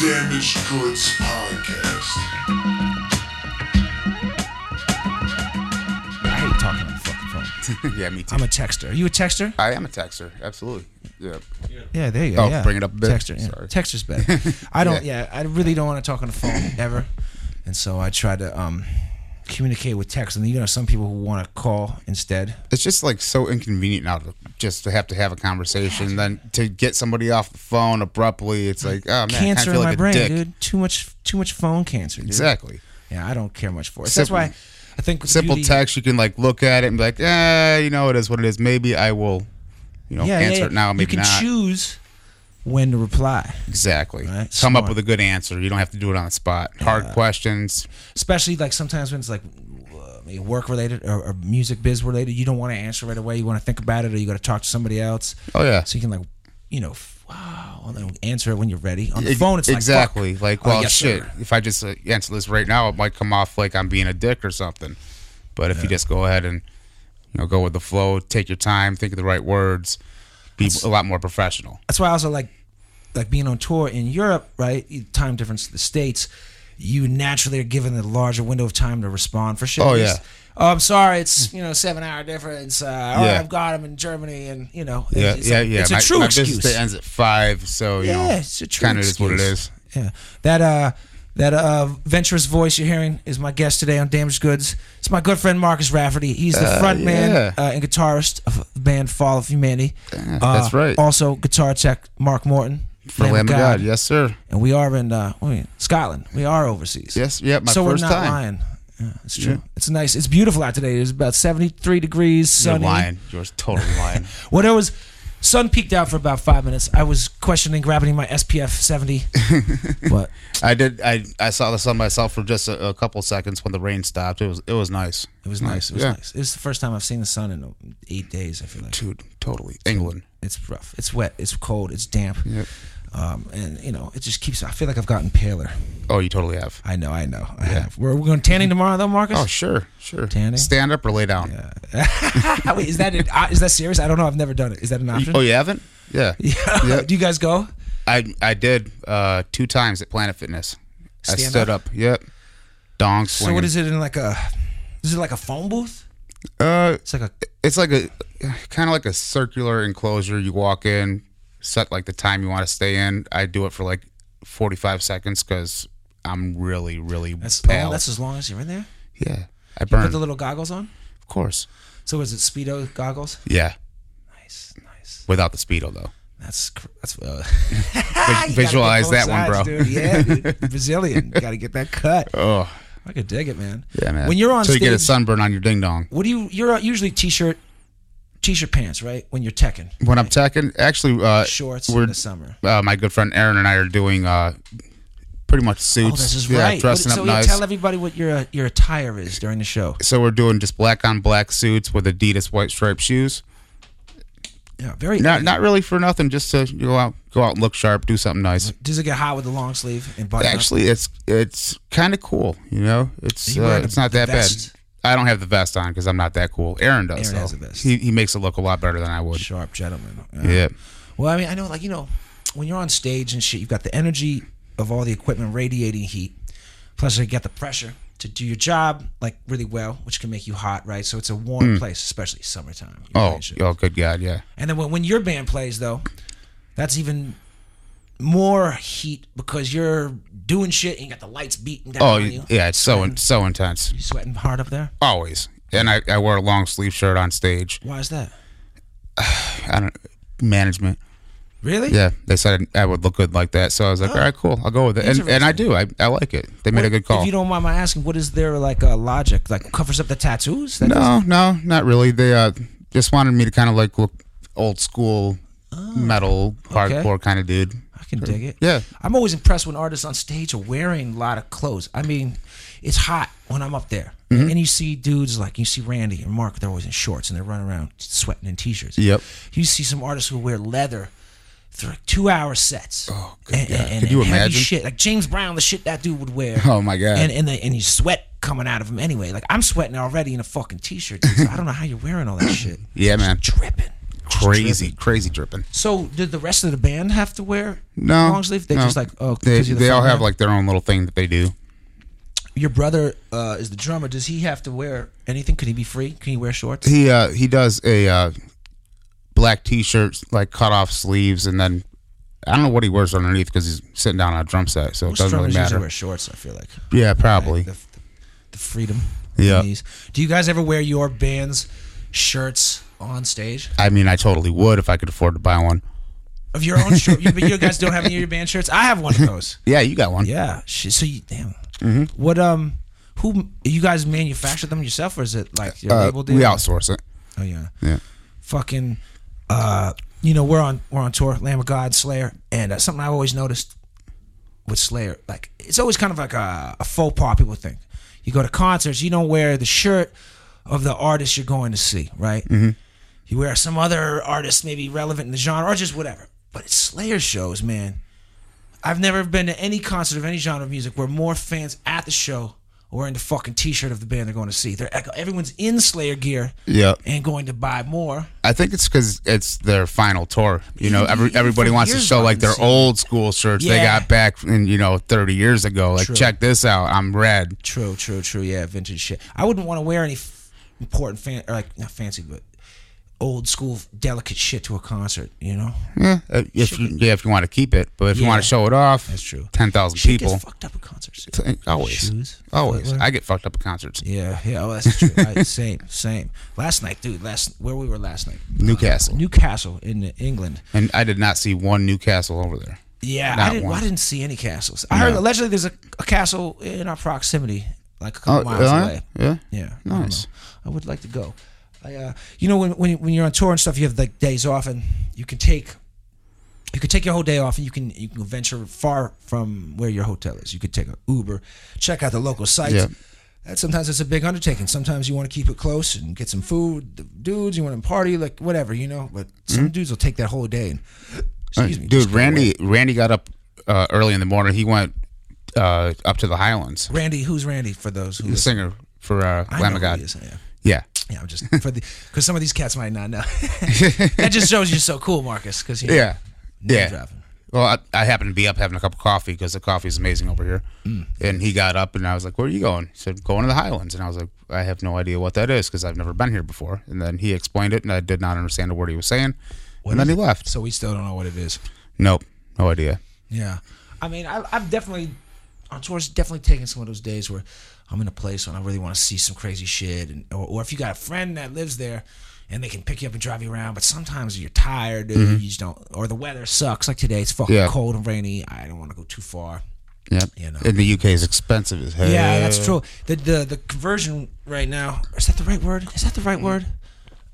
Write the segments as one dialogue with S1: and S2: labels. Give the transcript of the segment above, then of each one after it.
S1: Damaged Goods Podcast.
S2: I hate talking on the fucking phone.
S3: yeah, me too.
S2: I'm a texter. Are you a texter?
S3: I am a texter. Absolutely. Yeah.
S2: Yeah, there you go.
S3: Oh,
S2: yeah.
S3: bring it up a bit.
S2: Texter. Yeah.
S3: Sorry.
S2: Texter's better. I don't. yeah. I really don't want to talk on the phone ever, and so I try to um communicate with text. And you know, some people who want to call instead.
S3: It's just like so inconvenient now to just to have to have a conversation, then to get somebody off the phone abruptly. It's like, oh man, I kinda
S2: cancer
S3: feel
S2: in
S3: like
S2: my brain,
S3: a dick.
S2: dude. Too much. Too much phone cancer. Dude.
S3: Exactly.
S2: Yeah, I don't care much for it.
S3: Simple-
S2: That's why I think the
S3: Simple
S2: beauty-
S3: text, you can like look at it and be like, yeah, you know, it is what it is. Maybe I will, you know,
S2: Yeah, yeah,
S3: answer
S2: yeah.
S3: it now. Maybe
S2: you can
S3: not.
S2: choose when to reply,
S3: Exactly.
S2: Right?
S3: Come
S2: Smart.
S3: up with a good answer. You don't have to do it on the spot. Hard questions.
S2: especially like sometimes when it's like uh, work related or, or music biz related. You don't want to answer right away. You want to think about it, or you got to talk to somebody else.
S3: Oh yeah.
S2: so you can like you know f- wow and then answer it when you're ready on the
S3: Ex-
S2: phone it's
S3: exactly
S2: like, fuck.
S3: like,
S2: Oh,
S3: well
S2: yes,
S3: shit
S2: sir.
S3: if i just uh, answer this right now it might come off like i'm being a dick or something but if you just go ahead and you know go with the flow take your time think of the right words be a lot more professional
S2: that's why i also like like being on tour in europe right you- time difference to the states you naturally are given a larger window of time to respond for shit
S3: Oh,
S2: You
S3: yeah.
S2: just, oh i'm sorry it's you know seven hour difference uh all right,
S3: Yeah.
S2: i've got him in germany and you know
S3: yeah
S2: it's,
S3: yeah
S2: it's a,
S3: yeah
S2: it's a
S3: my,
S2: true
S3: my
S2: excuse
S3: business day ends at five so you know
S2: yeah it's a true
S3: kind of
S2: excuse
S3: is what it is
S2: yeah that uh that uh, venturous voice you're hearing is my guest today on Damaged Goods. It's my good friend Marcus Rafferty. He's the
S3: Uh,
S2: front man
S3: yeah.
S2: uh, and guitarist of the band Fall of Humanity. Uh,
S3: that's right.
S2: Also, guitar tech Mark Morton
S3: for
S2: Lamb of
S3: lamb of god yes sir
S2: And we are in uh, wait, Scotland. We are overseas.
S3: yes yeah my
S2: so
S3: first
S2: we're not
S3: time
S2: lying. Yeah, it's true. It's nice. It's beautiful out today. It's about 73 degrees,
S3: you're
S2: sunny.
S3: lying you're totally lying
S2: When I was sun peaked out for about five minutes, I was questioning gravity my SPF 70, but
S3: i did i i saw the sun myself for just a, a couple seconds when the rain stopped it was it was nice
S2: It was nice. It was
S3: yeah.
S2: nice. It was the first time I've seen the sun in uh, eight days. I feel like
S3: dude totally england
S2: it's rough. It's wet. It's cold. It's damp. Um, and you know, it just keeps. I feel like I've gotten paler.
S3: oh you totally have
S2: I know. I know. I have. We're, we're going tanning tomorrow, though, Marcus.
S3: Oh, sure, sure.
S2: Tanning?
S3: Stand up or lay down.
S2: Wait, is that an, uh, is that serious? I don't know. I've never done it. Is that an option?
S3: Oh, you haven't? Yeah. yeah.
S2: Do you guys go?
S3: I I did uh, two times at Planet Fitness. I
S2: Stand
S3: stood up. Yep. Dong
S2: So
S3: swinging.
S2: what is it in like a? Is it like a phone booth?
S3: Uh,
S2: It's like a.
S3: it's like a kind of like a circular enclosure. You walk in, set like the time you want to stay in. I do it for like forty five seconds because I'm really really
S2: That's
S3: pale.
S2: long, that's as long as you're in there.
S3: yeah. I
S2: Put
S3: burn.
S2: the little goggles on.
S3: of course.
S2: So is it speedo goggles?
S3: Yeah.
S2: Nice, nice.
S3: Without the speedo though.
S2: That's cr- that's. Uh,
S3: Vis- visualize that one, bro.
S2: Dude. Yeah, dude. Brazilian. Got to get that cut.
S3: Oh.
S2: I could dig it, man.
S3: Yeah, man.
S2: When you're on
S3: so
S2: stage,
S3: you get a sunburn on your ding dong.
S2: what do you? You're usually t-shirt, t-shirt pants, right? When you're teching,
S3: When I'm teching, actually, uh,
S2: shorts
S3: We're
S2: in the summer.
S3: uh, my good friend Aaron and I are doing uh, pretty much
S2: Oh,
S3: suits.
S2: this is
S3: yeah,
S2: right.
S3: dressing
S2: What-
S3: up
S2: so
S3: nice.
S2: yeah, tell everybody what your uh, your attire is during the show.
S3: so we're doing just black on black suits with Adidas white striped shoes.
S2: Yeah, very.
S3: Not not really for nothing, just to go out go out and look sharp, do something nice.
S2: does it get hot with the long sleeve and button? up?
S3: Actually, it's it's kind of cool, you know. It's
S2: you wearing
S3: uh,
S2: the-
S3: it's not
S2: the
S3: that bad.
S2: vest?
S3: I don't have the vest on because I'm not that cool. Aaron does.
S2: Aaron
S3: though.
S2: has a vest.
S3: He he makes it look a lot better than I would.
S2: sharp gentleman.
S3: Yeah.
S2: Well, I mean, I know, like you know, when you're on stage and shit, you've got the energy of all the equipment radiating heat, plus you got the pressure to do your job like really well, which can make you hot, right? So it's a warm place, especially summertime. You're
S3: Mm. Oh,
S2: playing shit.
S3: oh, good God, yeah.
S2: and then when, when your band plays though, that's even more heat because you're doing shit and you got the lights beating down
S3: Oh,
S2: on you. Mm-hmm.
S3: yeah. It's so in, so intense.
S2: You sweating hard up there?
S3: Always. And I, I wear a long sleeve shirt on stage.
S2: Why is that?
S3: I don't management.
S2: Really?
S3: Yeah, they said I would look good like that, so I was like, all right, cool, I'll go with it, and and I do, I, I like it. They made a good
S2: Oh. If
S3: call.
S2: you don't mind my asking, what is their like uh, logic? Like covers up the tattoos? That
S3: No, no, not really. They uh, just wanted me to kind of like look old school
S2: Oh,
S3: metal hardcore kind of dude.
S2: I can dig it.
S3: Yeah.
S2: I'm always impressed when artists on stage are wearing a lot of clothes. I mean, it's hot when I'm up there.
S3: Mm-hmm.
S2: And you see dudes like you see Randy and Mark, they're always in shorts and they're running around sweating in t shirts.
S3: Yep.
S2: You see some artists who wear leather through like two hour sets. Oh, good and, and-
S3: Could you
S2: and heavy
S3: imagine?
S2: shit. Like James Brown, the shit that dude would wear.
S3: Oh, my God.
S2: And and, the, and you sweat coming out of him anyway. Like I'm sweating already in a fucking t shirt, dude. So I don't know how you're wearing all that shit.
S3: Yeah, man.
S2: Dripping.
S3: crazy, crazy dripping.
S2: So did the rest of the band have to wear
S3: No,
S2: long sleeve? They
S3: no.
S2: just like oh, 'cause
S3: they,
S2: you're the
S3: they all
S2: front
S3: have
S2: man?
S3: like their own little thing that they do.
S2: your brother uh, is the drummer. Does he have to wear anything? Could he be free? Can he wear shorts?
S3: He uh, he does a uh, black t-shirt, like cut off sleeves, and then I don't know what he wears underneath because he's sitting down on a drum set, so
S2: Most
S3: it doesn't
S2: drummers
S3: really
S2: usually
S3: matter.
S2: wear shorts. I feel like
S3: Yeah, probably.
S2: the, the freedom.
S3: Yeah.
S2: in these. Do you guys ever wear your band's shirts on stage?
S3: I mean, I totally would if I could afford to buy one.
S2: Of your own shirt, you, but you guys don't have any of your band shirts. I have one of those.
S3: Yeah, you got one.
S2: Yeah. Sh- So you damn.
S3: Mm-hmm.
S2: What um. Who you guys manufacture them yourself, or is it like your
S3: uh,
S2: label did?
S3: we outsource it.
S2: Oh yeah.
S3: Yeah.
S2: Fucking uh you know, we're on we're on tour, Lamb of God, Slayer, and uh, something I've always noticed with Slayer, like it's always kind of like a, a faux pas people think. You go to concerts, you don't wear the shirt of the artist you're going to see, right? Mm-hmm. You wear some other artist maybe relevant in the genre or just whatever. But it's Slayer shows, man. I've never been to any concert of any genre of music where more fans at the show are wearing the fucking t-shirt of the band they're going to see. They're everyone's in Slayer gear
S3: Yeah.
S2: and going to buy more.
S3: I think it's because it's their final tour. You know, every,
S2: Yeah,
S3: everybody
S2: for
S3: wants to
S2: years
S3: show like
S2: I've
S3: their
S2: seen
S3: old school shirts they
S2: Yeah.
S3: got back, in, you know, thirty years ago. Like,
S2: True.
S3: check this out. I'm red.
S2: True, true, true. Yeah, vintage shit. I wouldn't want to wear any f- important fan or like not fancy, but old school delicate shit to a concert. You know,
S3: Yeah, uh, if you, yeah, if you want to keep it, but if you want
S2: Yeah.
S3: to show it off,
S2: That's true.
S3: Ten thousand
S2: shit
S3: people.
S2: gets fucked up at concerts.
S3: T- Always,
S2: Shoes,
S3: always.
S2: footwear.
S3: I get fucked up at concerts.
S2: yeah, yeah. Oh, that's true. I, same, same. Last night, dude. Last where we were last night,
S3: Newcastle,
S2: Newcastle in England.
S3: and I did not see one Newcastle over there.
S2: Yeah,
S3: Not
S2: I didn't. well,
S3: one.
S2: I didn't see any castles. I heard allegedly there's a, a castle in our proximity, like a couple miles
S3: yeah?
S2: away.
S3: Oh, uh-huh. Yeah?
S2: yeah, I don't
S3: Nice.
S2: know. I would like to go. I, uh, you know, when, when when you're on tour and stuff, you have like days off, and you can take you could take your whole day off, and you can you can venture far from where your hotel is. You could take an Uber, check out the local sites.
S3: Yeah.
S2: That sometimes it's a big undertaking. Sometimes you want to keep it close and get some food. The dudes, you want to party, like whatever, you know. But some dudes will take that whole day and excuse me, just go
S3: Hmm? Dude,
S2: away.
S3: Randy, Randy got up uh, early in the morning. He went uh, up to the Highlands.
S2: Randy, who's Randy for those who
S3: The singer for uh,
S2: I
S3: Lamb
S2: know
S3: of
S2: who
S3: God.
S2: he is, Yeah.
S3: Yeah.
S2: Yeah, I'm just for the because some of these cats might not know. that just shows you're so cool, Marcus. Because you know,
S3: Yeah.
S2: name
S3: Yeah.
S2: dropping.
S3: Well, I, I happened to be up having a cup of coffee because the coffee is amazing over here.
S2: Mm.
S3: And he got up and I was like, "Where are you going?" He said, "Going to the Highlands." And I was like, "I have no idea what that is because I've never been here before." And then he explained it, and I did not understand a word he was saying. and then he left.
S2: So we still don't know what it is.
S3: Nope, no idea.
S2: Yeah, I mean, I, I've definitely on tours definitely taken some of those days where I'm in a place and I really want to see some crazy shit, and or, or if you got a friend that lives there. And they can pick you up and drive you around, but sometimes you're tired, dude. You just don't, or the weather sucks. Like today, it's fucking
S3: Mm-hmm. Yeah.
S2: cold and rainy. I don't want to go too far.
S3: Yep.
S2: You know.
S3: And the UK is expensive as hell.
S2: Yeah, that's true. The, the the conversion right now is that the right word? Is that the right word?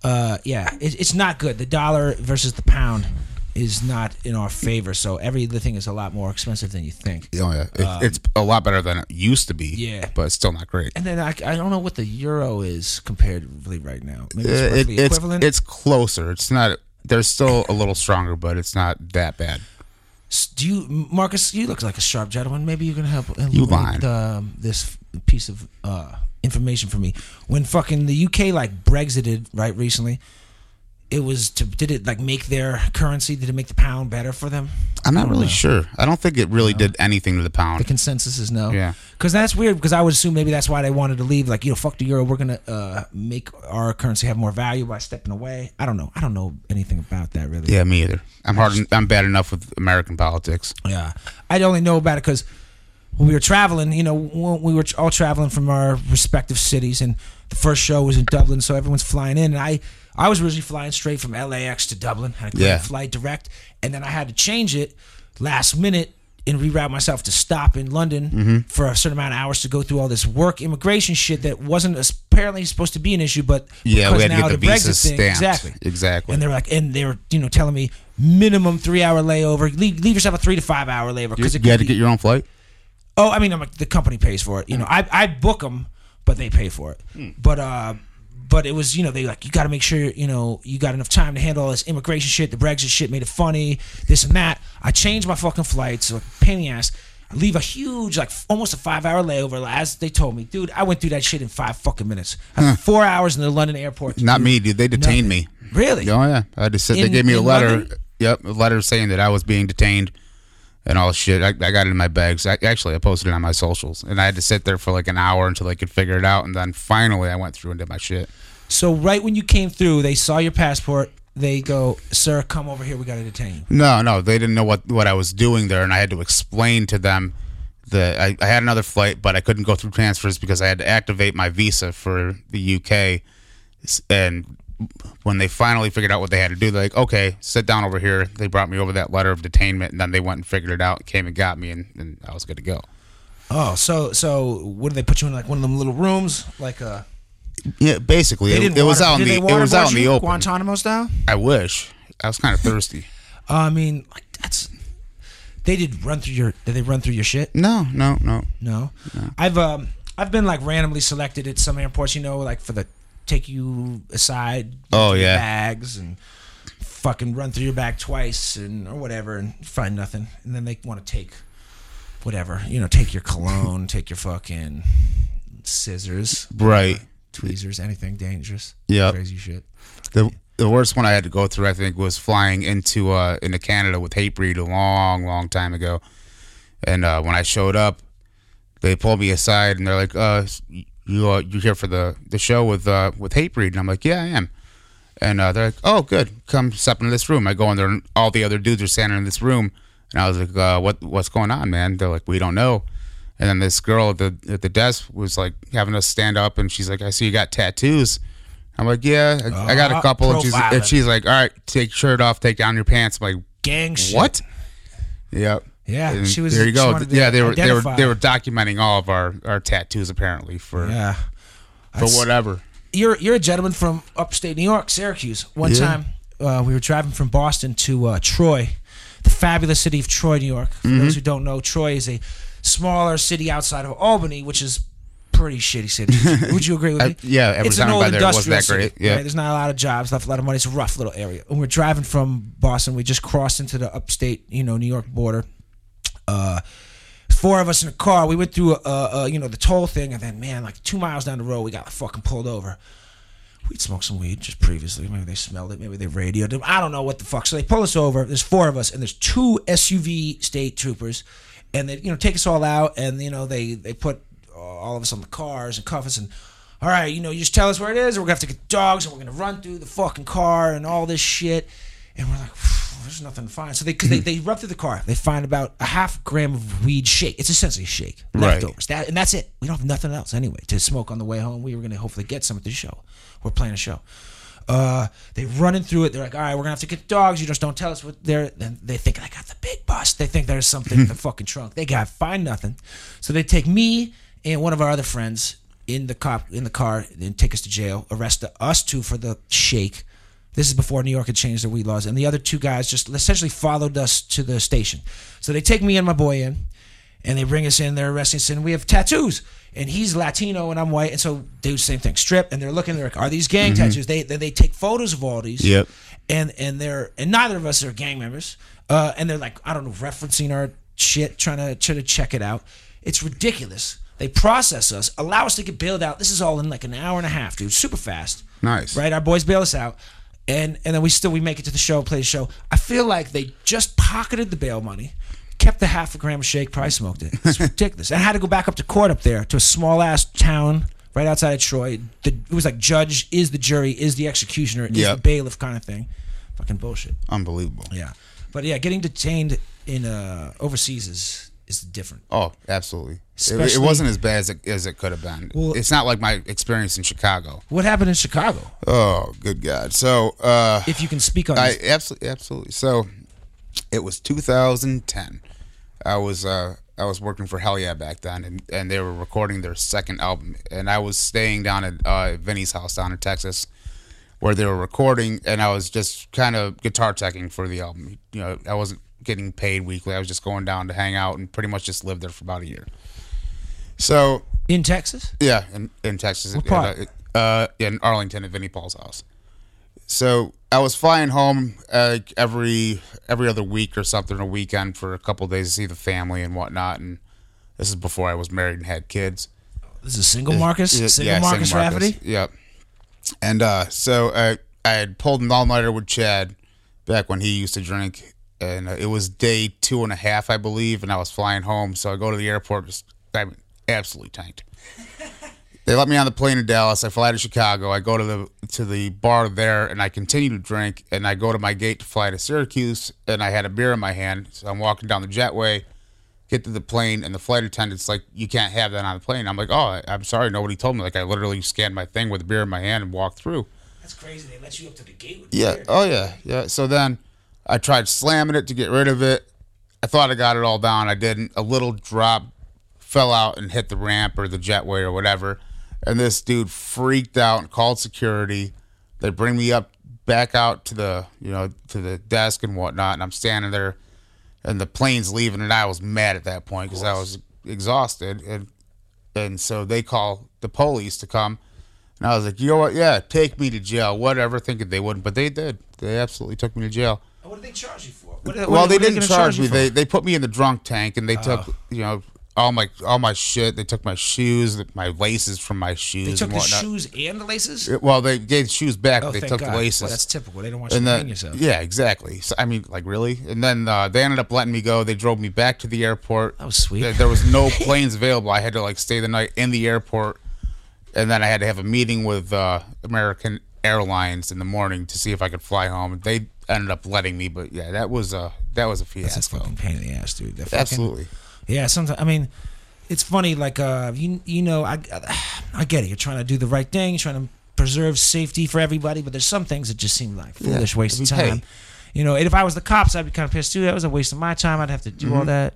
S2: Uh, yeah, it, it's not good. The dollar versus the pound is not in our favor. So every the thing is a lot more expensive than you think.
S3: Oh yeah, it, it's a lot better than it used to be.
S2: Yeah.
S3: but it's still not great.
S2: And then I, I don't know what the euro is comparatively right now. Maybe it's
S3: Uh, it-
S2: roughly
S3: it's
S2: equivalent.
S3: it's closer. It's not. They're still a little stronger, but it's not that bad.
S2: S- Do you, Marcus? You look like a sharp gentleman. Maybe you can help
S3: You
S2: illuminate
S3: lying.
S2: um, this piece of uh, information for me. When fucking the UK like Brexited right recently, it was to did it like make their currency? Did it make the pound better for them?
S3: I'm not really sure. I don't think it really did anything to the pound.
S2: The consensus is no.
S3: Yeah.
S2: Because that's weird. Because I would assume maybe that's why they wanted to leave. Like you know, fuck the euro. We're gonna uh, make our currency have more value by stepping away. I don't know. I don't know anything about that really.
S3: Yeah, me either. I'm hard. I'm bad enough with American politics.
S2: Yeah, I only know about it because when we were traveling, you know, when we were all traveling from our respective cities, and the first show was in Dublin, so everyone's flying in, and I. I was originally flying straight from LAX to Dublin, had a great
S3: Yeah.
S2: flight direct, and then I had to change it last minute and reroute myself to stop in London
S3: Mm-hmm.
S2: for a certain amount of hours to go through all this work immigration shit that wasn't as- apparently supposed to be an issue, but
S3: Yeah,
S2: because
S3: we had to
S2: now
S3: get the,
S2: Brexit
S3: visas
S2: thing-
S3: stamped.
S2: exactly,
S3: Exactly.
S2: and they were like, and they were, you know, telling me minimum three hour layover. Leave, leave yourself a three to five hour layover because it
S3: you had
S2: could
S3: to
S2: be,
S3: get your own flight.
S2: Oh, I mean, I'm like, the company pays for it. You know,
S3: Mm.
S2: I I book them, but they pay for it.
S3: Hmm.
S2: But uh, but it was you know they like you got to make sure you know you got enough time to handle all this immigration shit. The Brexit shit made it funny, this and that. I changed my fucking flights, like pain in the ass. I leave a huge, like f- almost a five hour layover. like, As they told me, dude, I went through that shit in five fucking minutes. I spent four hours in the London airport.
S3: Not me, dude. They detained me.
S2: Really?
S3: Oh yeah, I just said they
S2: In-
S3: gave me a
S2: in
S3: letter.
S2: London?
S3: Yep, a letter saying that I was being detained and all shit. I, I got it in my bags. I, actually, I posted it on my socials, and I had to sit there for like an hour until they could figure it out. And then finally, I went through and did my shit.
S2: So right when you came through, they saw your passport. They go, sir, come over here. We got to detain you.
S3: No, no, they didn't know what what I was doing there, and I had to explain to them that I, I had another flight, but I couldn't go through transfers because I had to activate my visa for the UK. S- And when they finally figured out what they had to do, they're like, "Okay, sit down over here." They brought me over that letter of detainment, and then they went and figured it out, came and got me, and, and I was good to go.
S2: Oh, so so what do they put you in like one of them little rooms? Like a
S3: Yeah, basically,
S2: they
S3: it,
S2: didn't
S3: it was
S2: water-
S3: out in
S2: did
S3: the
S2: they
S3: it was out
S2: waterboard
S3: in the
S2: you,
S3: open.
S2: Guantanamo style.
S3: I wish I was kind of thirsty.
S2: I mean, like that's they did run through your did they run through your shit?
S3: no, no, no.
S2: No. I've um I've been like randomly selected at some airports, you know, like for the take you aside
S3: Oh,
S2: your
S3: yeah.
S2: bags and fucking run through your bag twice and or whatever and find nothing. And then they want to take whatever, you know, take your cologne, take your fucking scissors,
S3: Right.
S2: tweezers, anything dangerous.
S3: Yep.
S2: Crazy shit.
S3: The the worst one I had to go through, I think, was flying into uh into Canada with Hatebreed a long, long time ago. And uh, when I showed up, they pulled me aside and they're like, "Uh, you uh, you here for the the show with uh with Hatebreed?" And I'm like, "Yeah, I am." And uh, they're like, "Oh, good. Come step into this room." I go in there, and all the other dudes are standing in this room, and I was like, uh, "What what's going on, man?" They're like, "We don't know." And then this girl at the at the desk was like having us stand up, and she's like, "I see you got tattoos." I'm like, "Yeah, I, I got a
S2: Ah,
S3: couple." And she's, and
S2: profiling.
S3: she's like, "All right, take your shirt off, take down your pants." I'm like,
S2: Gang shit.
S3: "What?" Yep.
S2: Yeah,
S3: And
S2: Uh, she was.
S3: There you
S2: she
S3: go.
S2: wanted to
S3: Yeah, they were they were
S2: identify.
S3: they were documenting all of our our tattoos apparently for
S2: Yeah,
S3: for whatever.
S2: you're you're a gentleman from upstate New York, Syracuse. One
S3: Yeah.
S2: time uh, we were driving from Boston to uh, Troy, the fabulous city of Troy, New York. For
S3: Mm-hmm.
S2: those who don't know, Troy is a smaller city outside of Albany, which is pretty shitty city. Would you agree with me?
S3: Uh, yeah, every
S2: it's
S3: time
S2: an
S3: I
S2: old
S3: went there, it wasn't
S2: industrial
S3: that great.
S2: city,
S3: Yeah.
S2: right? There's not a lot of jobs left, a lot of money. It's a rough little area. When we're driving from Boston, we just crossed into the upstate, you know, New York border uh, four of us in a car. We went through, uh, uh, you know, the toll thing, and then man, like two miles down the road, we got like, fucking pulled over. We'd smoked some weed just previously. Maybe they smelled it. Maybe they radioed it. I don't know what the fuck. So they pull us over. There's four of us, and there's two SUV state troopers, and they you know take us all out, and you know they they put uh, all of us on the cars and cuff us and. All right, you know, you just tell us where it is, or we're gonna have to get dogs, and we're gonna run through the fucking car and all this shit. And we're like, "Phew, there's nothing to find. So they, cause they, they run through the car. They find about a half gram of weed shake. It's essentially a shake,
S3: Right.
S2: leftovers. That, and that's it. We don't have nothing else anyway to smoke on the way home. We were going to hopefully get some at the show. We're playing a show. Uh, they running through it. They're like, all right, we're gonna have to get dogs. You just don't tell us what they're. Then they think I got the big bus. They think there's something in the fucking trunk. They got find nothing. So they take me and one of our other friends in the cop in the car and take us to jail. Arrest the, us two for the shake. This is before New York had changed their weed laws, and the other two guys just essentially followed us to the station. So they take me and my boy in, and they bring us in. They're arresting us, and we have tattoos, and he's Latino and I'm white, and so they do the same thing. Strip, and they're looking. They're like, "Are these gang tattoos?" They, they they take photos of all these.
S3: Mm-hmm. Yep.
S2: And and they're and neither of us are gang members. Uh, and they're like, I don't know, referencing our shit, trying to try to check it out. It's ridiculous. They process us, allow us to get bailed out. This is all in like an hour and a half, dude. Super fast.
S3: Nice.
S2: Right? Our boys bail us out. And and then we still we make it to the show, play the show. I feel like they just pocketed the bail money, kept the half a gram of shake, probably smoked it. It's ridiculous. And I had to go back up to court up there to a small ass town right outside of Troy. The, it was like judge is the jury, is the executioner, is
S3: Yep.
S2: the bailiff kind of thing. Fucking bullshit.
S3: Unbelievable.
S2: Yeah. But yeah, getting detained in uh overseas is is different.
S3: Oh, absolutely. It- It,
S2: Especially-
S3: wasn't as bad as it, as it could have been.
S2: Well-
S3: it's not like my experience in Chicago.
S2: What happened in Chicago?
S3: Oh, good God. So, uh,
S2: If you can speak on
S3: I
S2: this.
S3: absolutely, absolutely. So, it was 2010. I was uh, I was working for Hell Yeah back then, and, and they were recording their second album, and I was staying down at uh, Vinny's house down in Texas, where they were recording, and I was just kind of guitar teching for the album. You know, I wasn't getting paid weekly. I was just going down to hang out and pretty much just lived there for about a year. So
S2: in Texas?
S3: yeah, in, in Texas.
S2: What part?
S3: Uh, uh, in Arlington at Vinnie Paul's house. so I was flying home uh, every every other week or something, a weekend for a couple days to see the family and whatnot. And this is before I was married and had kids.
S2: This is single Marcus,
S3: Yeah,
S2: single
S3: yeah,
S2: Marcus Rafferty.
S3: Yep. And uh, so I I had pulled an all nighter with Chad back when he used to drink, and uh, it was day two and a half, I believe, and I was flying home. So I go to the airport, just I'm absolutely tanked. They let me on the plane to Dallas. I fly to Chicago. I go to the to the bar there, and I continue to drink. And I go to my gate to fly to Syracuse, and I had a beer in my hand. So I'm walking down the jetway, get to the plane, and the flight attendant's like, "You can't have that on the plane." I'm like, "Oh, I- I'm sorry, nobody told me." Like I literally scanned my thing with a beer in my hand and walked through.
S2: That's crazy. They let you up to the gate. With
S3: Yeah. Oh yeah. Yeah. So then I tried slamming it to get rid of it. I thought I got it all down. I didn't. A little drop fell out and hit the ramp or the jetway or whatever. And this dude freaked out and called security. They bring me up back out to the you know to the desk and whatnot, and I'm standing there, and the plane's leaving, and I was mad at that point because I was exhausted, and and so they call the police to come. And I was like, you know what? Yeah, take me to jail. Whatever, thinking they wouldn't, but they did. They absolutely took me to jail.
S2: What did they charge you for? What,
S3: well,
S2: what
S3: they
S2: are
S3: didn't
S2: gonna
S3: charge me.
S2: you for? Oh.
S3: They they put me in the drunk tank, and they took you know all my all my shit. They took my shoes, my laces from my shoes.
S2: They took
S3: and
S2: the
S3: whatnot.
S2: shoes and the laces.
S3: Well, they gave the shoes back.
S2: oh,
S3: but they
S2: thank
S3: took
S2: God.
S3: the laces.
S2: Well, that's typical. They don't want you
S3: and
S2: to
S3: then
S2: hang yourself.
S3: yeah, exactly. So I mean, like really. And then uh, they ended up letting me go. They drove me back to the airport.
S2: That was sweet.
S3: There, there was no planes available. I had to like stay the night in the airport, and then I had to have a meeting with uh, American Airlines in the morning to see if I could fly home. They ended up letting me, but yeah, that was a that was a
S2: That's a
S3: fiasco.
S2: fucking pain in the ass, dude. That fucking-
S3: Absolutely.
S2: Yeah, sometimes I mean, it's funny. Like uh, you you know, I I get it. You're trying to do the right thing. You're trying to preserve safety for everybody. But there's some things that just seem like foolish waste of
S3: I mean, hey.
S2: time. You know, and if I was the cops, I'd be kind of pissed too. That was a waste of my time. I'd have to do
S3: Mm-hmm.
S2: all that.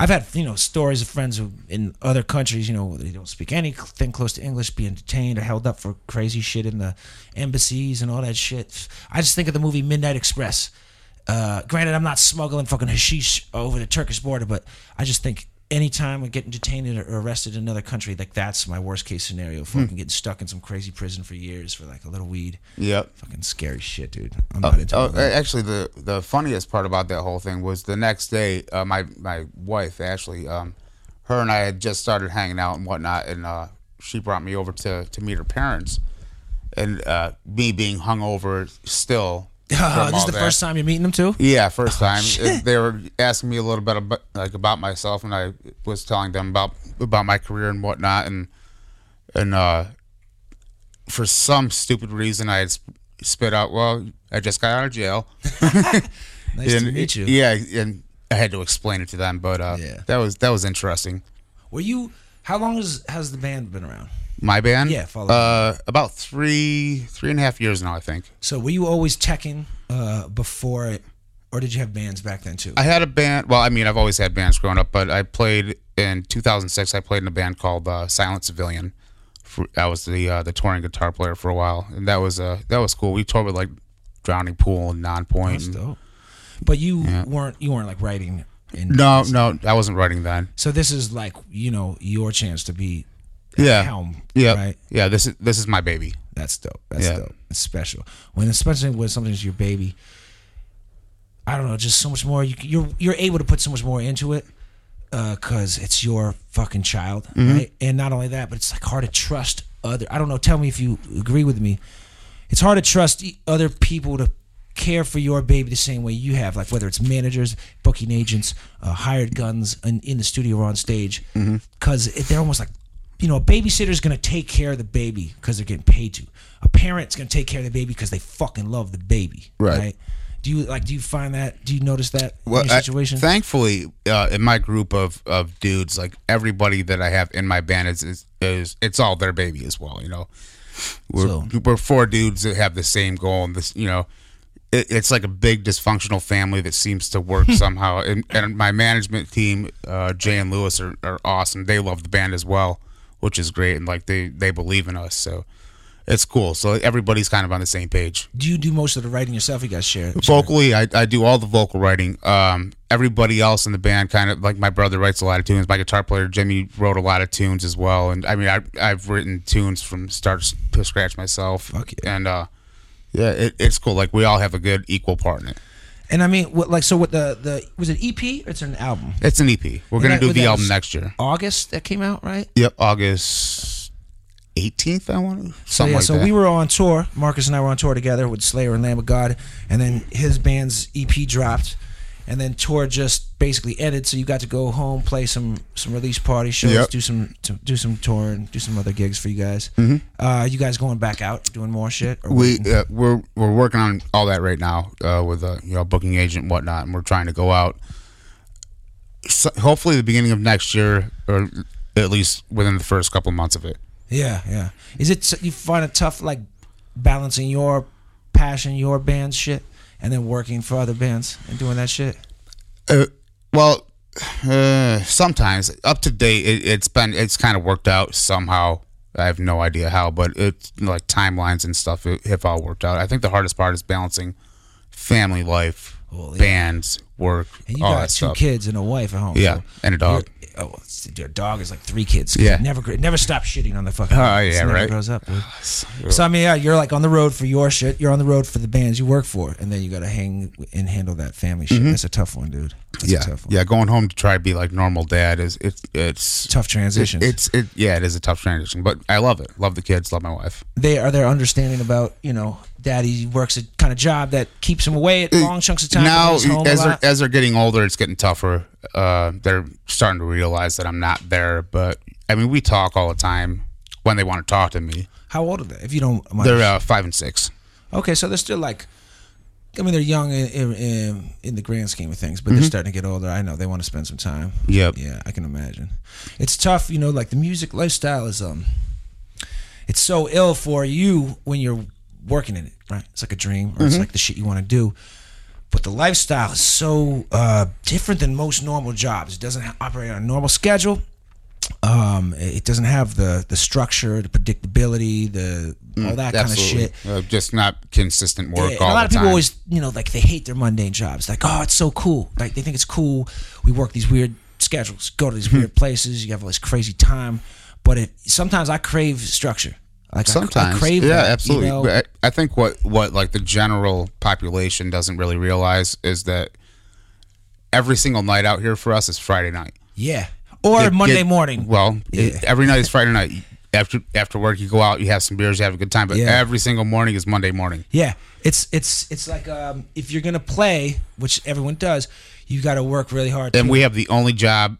S2: I've had you know stories of friends who in other countries, you know, they don't speak anything close to English, being detained or held up for crazy shit in the embassies and all that shit. I just think of the movie Midnight Express. Uh, granted, I'm not smuggling fucking hashish over the Turkish border, but I just think anytime I'm getting detained or arrested in another country, like that's my worst case scenario.
S3: Hmm.
S2: Fucking getting stuck in some crazy prison for years for like a little weed.
S3: Yep.
S2: Fucking scary shit, dude. I'm not into
S3: Oh,
S2: all
S3: a-
S2: that.
S3: actually, the the funniest part about that whole thing was the next day, uh, my my wife Ashley, um, her and I had just started hanging out and whatnot, and uh, she brought me over to to meet her parents, and uh, me being hungover still. from
S2: this
S3: all
S2: is Oh, the
S3: that-
S2: first Oh, time you're meeting them too.
S3: yeah, first time. It- They were asking me a little bit about, like about myself, and I was telling them about about my career and whatnot, and and uh, for some stupid reason, I had sp- spit out, "Well, I just got out of jail."
S2: Nice to
S3: And-
S2: meet you.
S3: Yeah, and I had to explain it to them, but uh,
S2: Yeah.
S3: that was that was interesting.
S2: Were you? How long has has the band been around?
S3: My band,
S2: Yeah, follow
S3: uh, about three three and a half years now, I think.
S2: So were you always teching uh, before it, or did you have bands back then too?
S3: I had a band. Well, I mean, I've always had bands growing up, but I played in 2006. I played in a band called uh, Silent Civilian. For, I was the uh, the touring guitar player for a while, and that was uh, that was cool. We toured with like Drowning Pool and Nonpoint.
S2: That's
S3: and-
S2: dope. But you weren't you weren't like writing. In,
S3: no, no, I wasn't writing then.
S2: So this is like you know your chance to be at
S3: Yeah,
S2: the helm.
S3: yeah,
S2: Right.
S3: yeah. This is this is my baby.
S2: That's dope. That's
S3: Yeah.
S2: dope. It's special. When especially when something's your baby, I don't know, just so much more. You, you're you're able to put so much more into it because uh, it's your fucking child,
S3: Mm-hmm.
S2: right? And not only that, but it's like hard to trust other. I don't know. Tell me if you agree with me. It's hard to trust e- other people to care for your baby the same way you have, like whether it's managers, booking agents, uh, hired guns in, in the studio or on stage,
S3: Mm-hmm.
S2: because they're almost like, you know, a babysitter's gonna take care of the baby because they're getting paid to. A parent's gonna take care of the baby because they fucking love the baby,
S3: Right.
S2: Do you like? Do you find that? Do you notice that
S3: Well,
S2: in your
S3: I-
S2: situation?
S3: thankfully, uh, in my group of, of dudes, like everybody that I have in my band is, is is it's all their baby as well. You know, we're
S2: So-
S3: we're four dudes that have the same goal, and this you know, it, it's like a big dysfunctional family that seems to work somehow. And, and my management team, uh, Jay and Lewis, are, are awesome. They love the band as well, which is great, and like they they believe in us, so it's cool. So everybody's kind of on the same page
S2: do you do most of the writing yourself? You guys share.
S3: vocally I, I do all the vocal writing um everybody else in the band kind of like my brother writes a lot of tunes my guitar player jimmy wrote a lot of tunes as well and i mean I, i've written tunes from start to scratch myself
S2: Fuck yeah.
S3: and uh Yeah, it, it's cool. Like we all have a good equal part in it.
S2: And I mean, what like so? What the the was it EP or it's an album?
S3: It's an EP. We're gonna
S2: that-
S3: do
S2: was
S3: the
S2: that
S3: album
S2: s-
S3: next year.
S2: August that came out, right?
S3: Yep, August eighteenth. I want to something
S2: So, yeah,
S3: like
S2: so
S3: that.
S2: we were on tour. Marcus and I were on tour together with Slayer and Lamb of God, and then his band's EP dropped, and then tour just basically ended. So you got to go home, play some some release party shows,
S3: Yep.
S2: do some to, do some touring, do some other gigs for you guys. Mm-hmm. Uh, you guys going back out doing more shit? Or
S3: we
S2: waiting?
S3: uh, we're we're working on all that right now uh, with a you know booking agent and whatnot, and we're trying to go out. So hopefully, the beginning of next year, or at least within the first couple months of it.
S2: yeah, yeah. Is it you find it tough like balancing your passion, your band shit, and then working for other bands and doing that shit?
S3: Uh, well, uh, sometimes up to date, it, it's been it's kind of worked out somehow. I have no idea how, but it's like timelines and stuff it, have all worked out. I think the hardest part is balancing family life,
S2: Well, yeah.
S3: bands, work,
S2: And you
S3: all
S2: got
S3: that
S2: two
S3: stuff.
S2: kids and a wife at home.
S3: Oh, Yeah,
S2: so-
S3: and a dog.
S2: Your, oh, it's- your dog is like three kids.
S3: Yeah.
S2: It never gr- it never stops shitting on the fucking.
S3: Oh, yeah,
S2: it never
S3: right.
S2: Grows up. dude. So I mean, yeah, you're like on the road for your shit. You're on the road for the bands you work for, and then you got to hang and handle that family shit. That's a tough one, dude. That's
S3: Mm-hmm. yeah,
S2: a tough one.
S3: yeah. Going home to try to be like normal dad is it's it's
S2: Tough transitions.
S3: It's it yeah, it is a tough transition, but I love it. Love the kids. Love my wife.
S2: they are their understanding about you know, daddy works a kind of job that keeps him away at long chunks of time.
S3: now
S2: he's home a
S3: as they're
S2: lot.
S3: as they're getting older it's getting tougher uh they're starting to realize that i'm not there but i mean we talk all the time when they want to talk to me
S2: how old are they? If you don't mind,
S3: they're uh five and six
S2: Okay, so they're still like, I mean, they're young in in, in, in the grand scheme of things, but
S3: Mm-hmm.
S2: they're starting to get older. I know they want to spend some time.
S3: Yep.
S2: Yeah, I can imagine. It's tough, you know. Like the music lifestyle is um, it's so ill for you when you're working in it, right? It's like a dream, or it's like the shit you want to do. But the lifestyle is so uh, different than most normal jobs. It doesn't operate on a normal schedule um, it it doesn't have the the structure, the predictability, the all that kind of shit.
S3: Uh, just not consistent work
S2: Yeah,
S3: all
S2: and a lot
S3: the
S2: of people
S3: time
S2: always, you know, like they hate their mundane jobs. Like, oh, it's so cool. Like they think it's cool. We work these weird schedules, go to these
S3: Hmm.
S2: weird places. You have all this crazy time, but it sometimes I crave structure. Like I- I,
S3: sometimes
S2: crave
S3: yeah
S2: that, you
S3: absolutely
S2: know?
S3: But uh, I, I think what what like the general population doesn't really realize is that every single night out here for us is friday night
S2: Yeah, or
S3: get-
S2: Monday
S3: get-
S2: morning.
S3: Well, it- every night is Friday night. After after work, you go out, you have some beers, you have a good time. But
S2: Yeah.
S3: every single morning is Monday morning.
S2: Yeah, it's it's it's like um, if you're gonna play, which everyone does, you got to work really hard.
S3: And we have the only job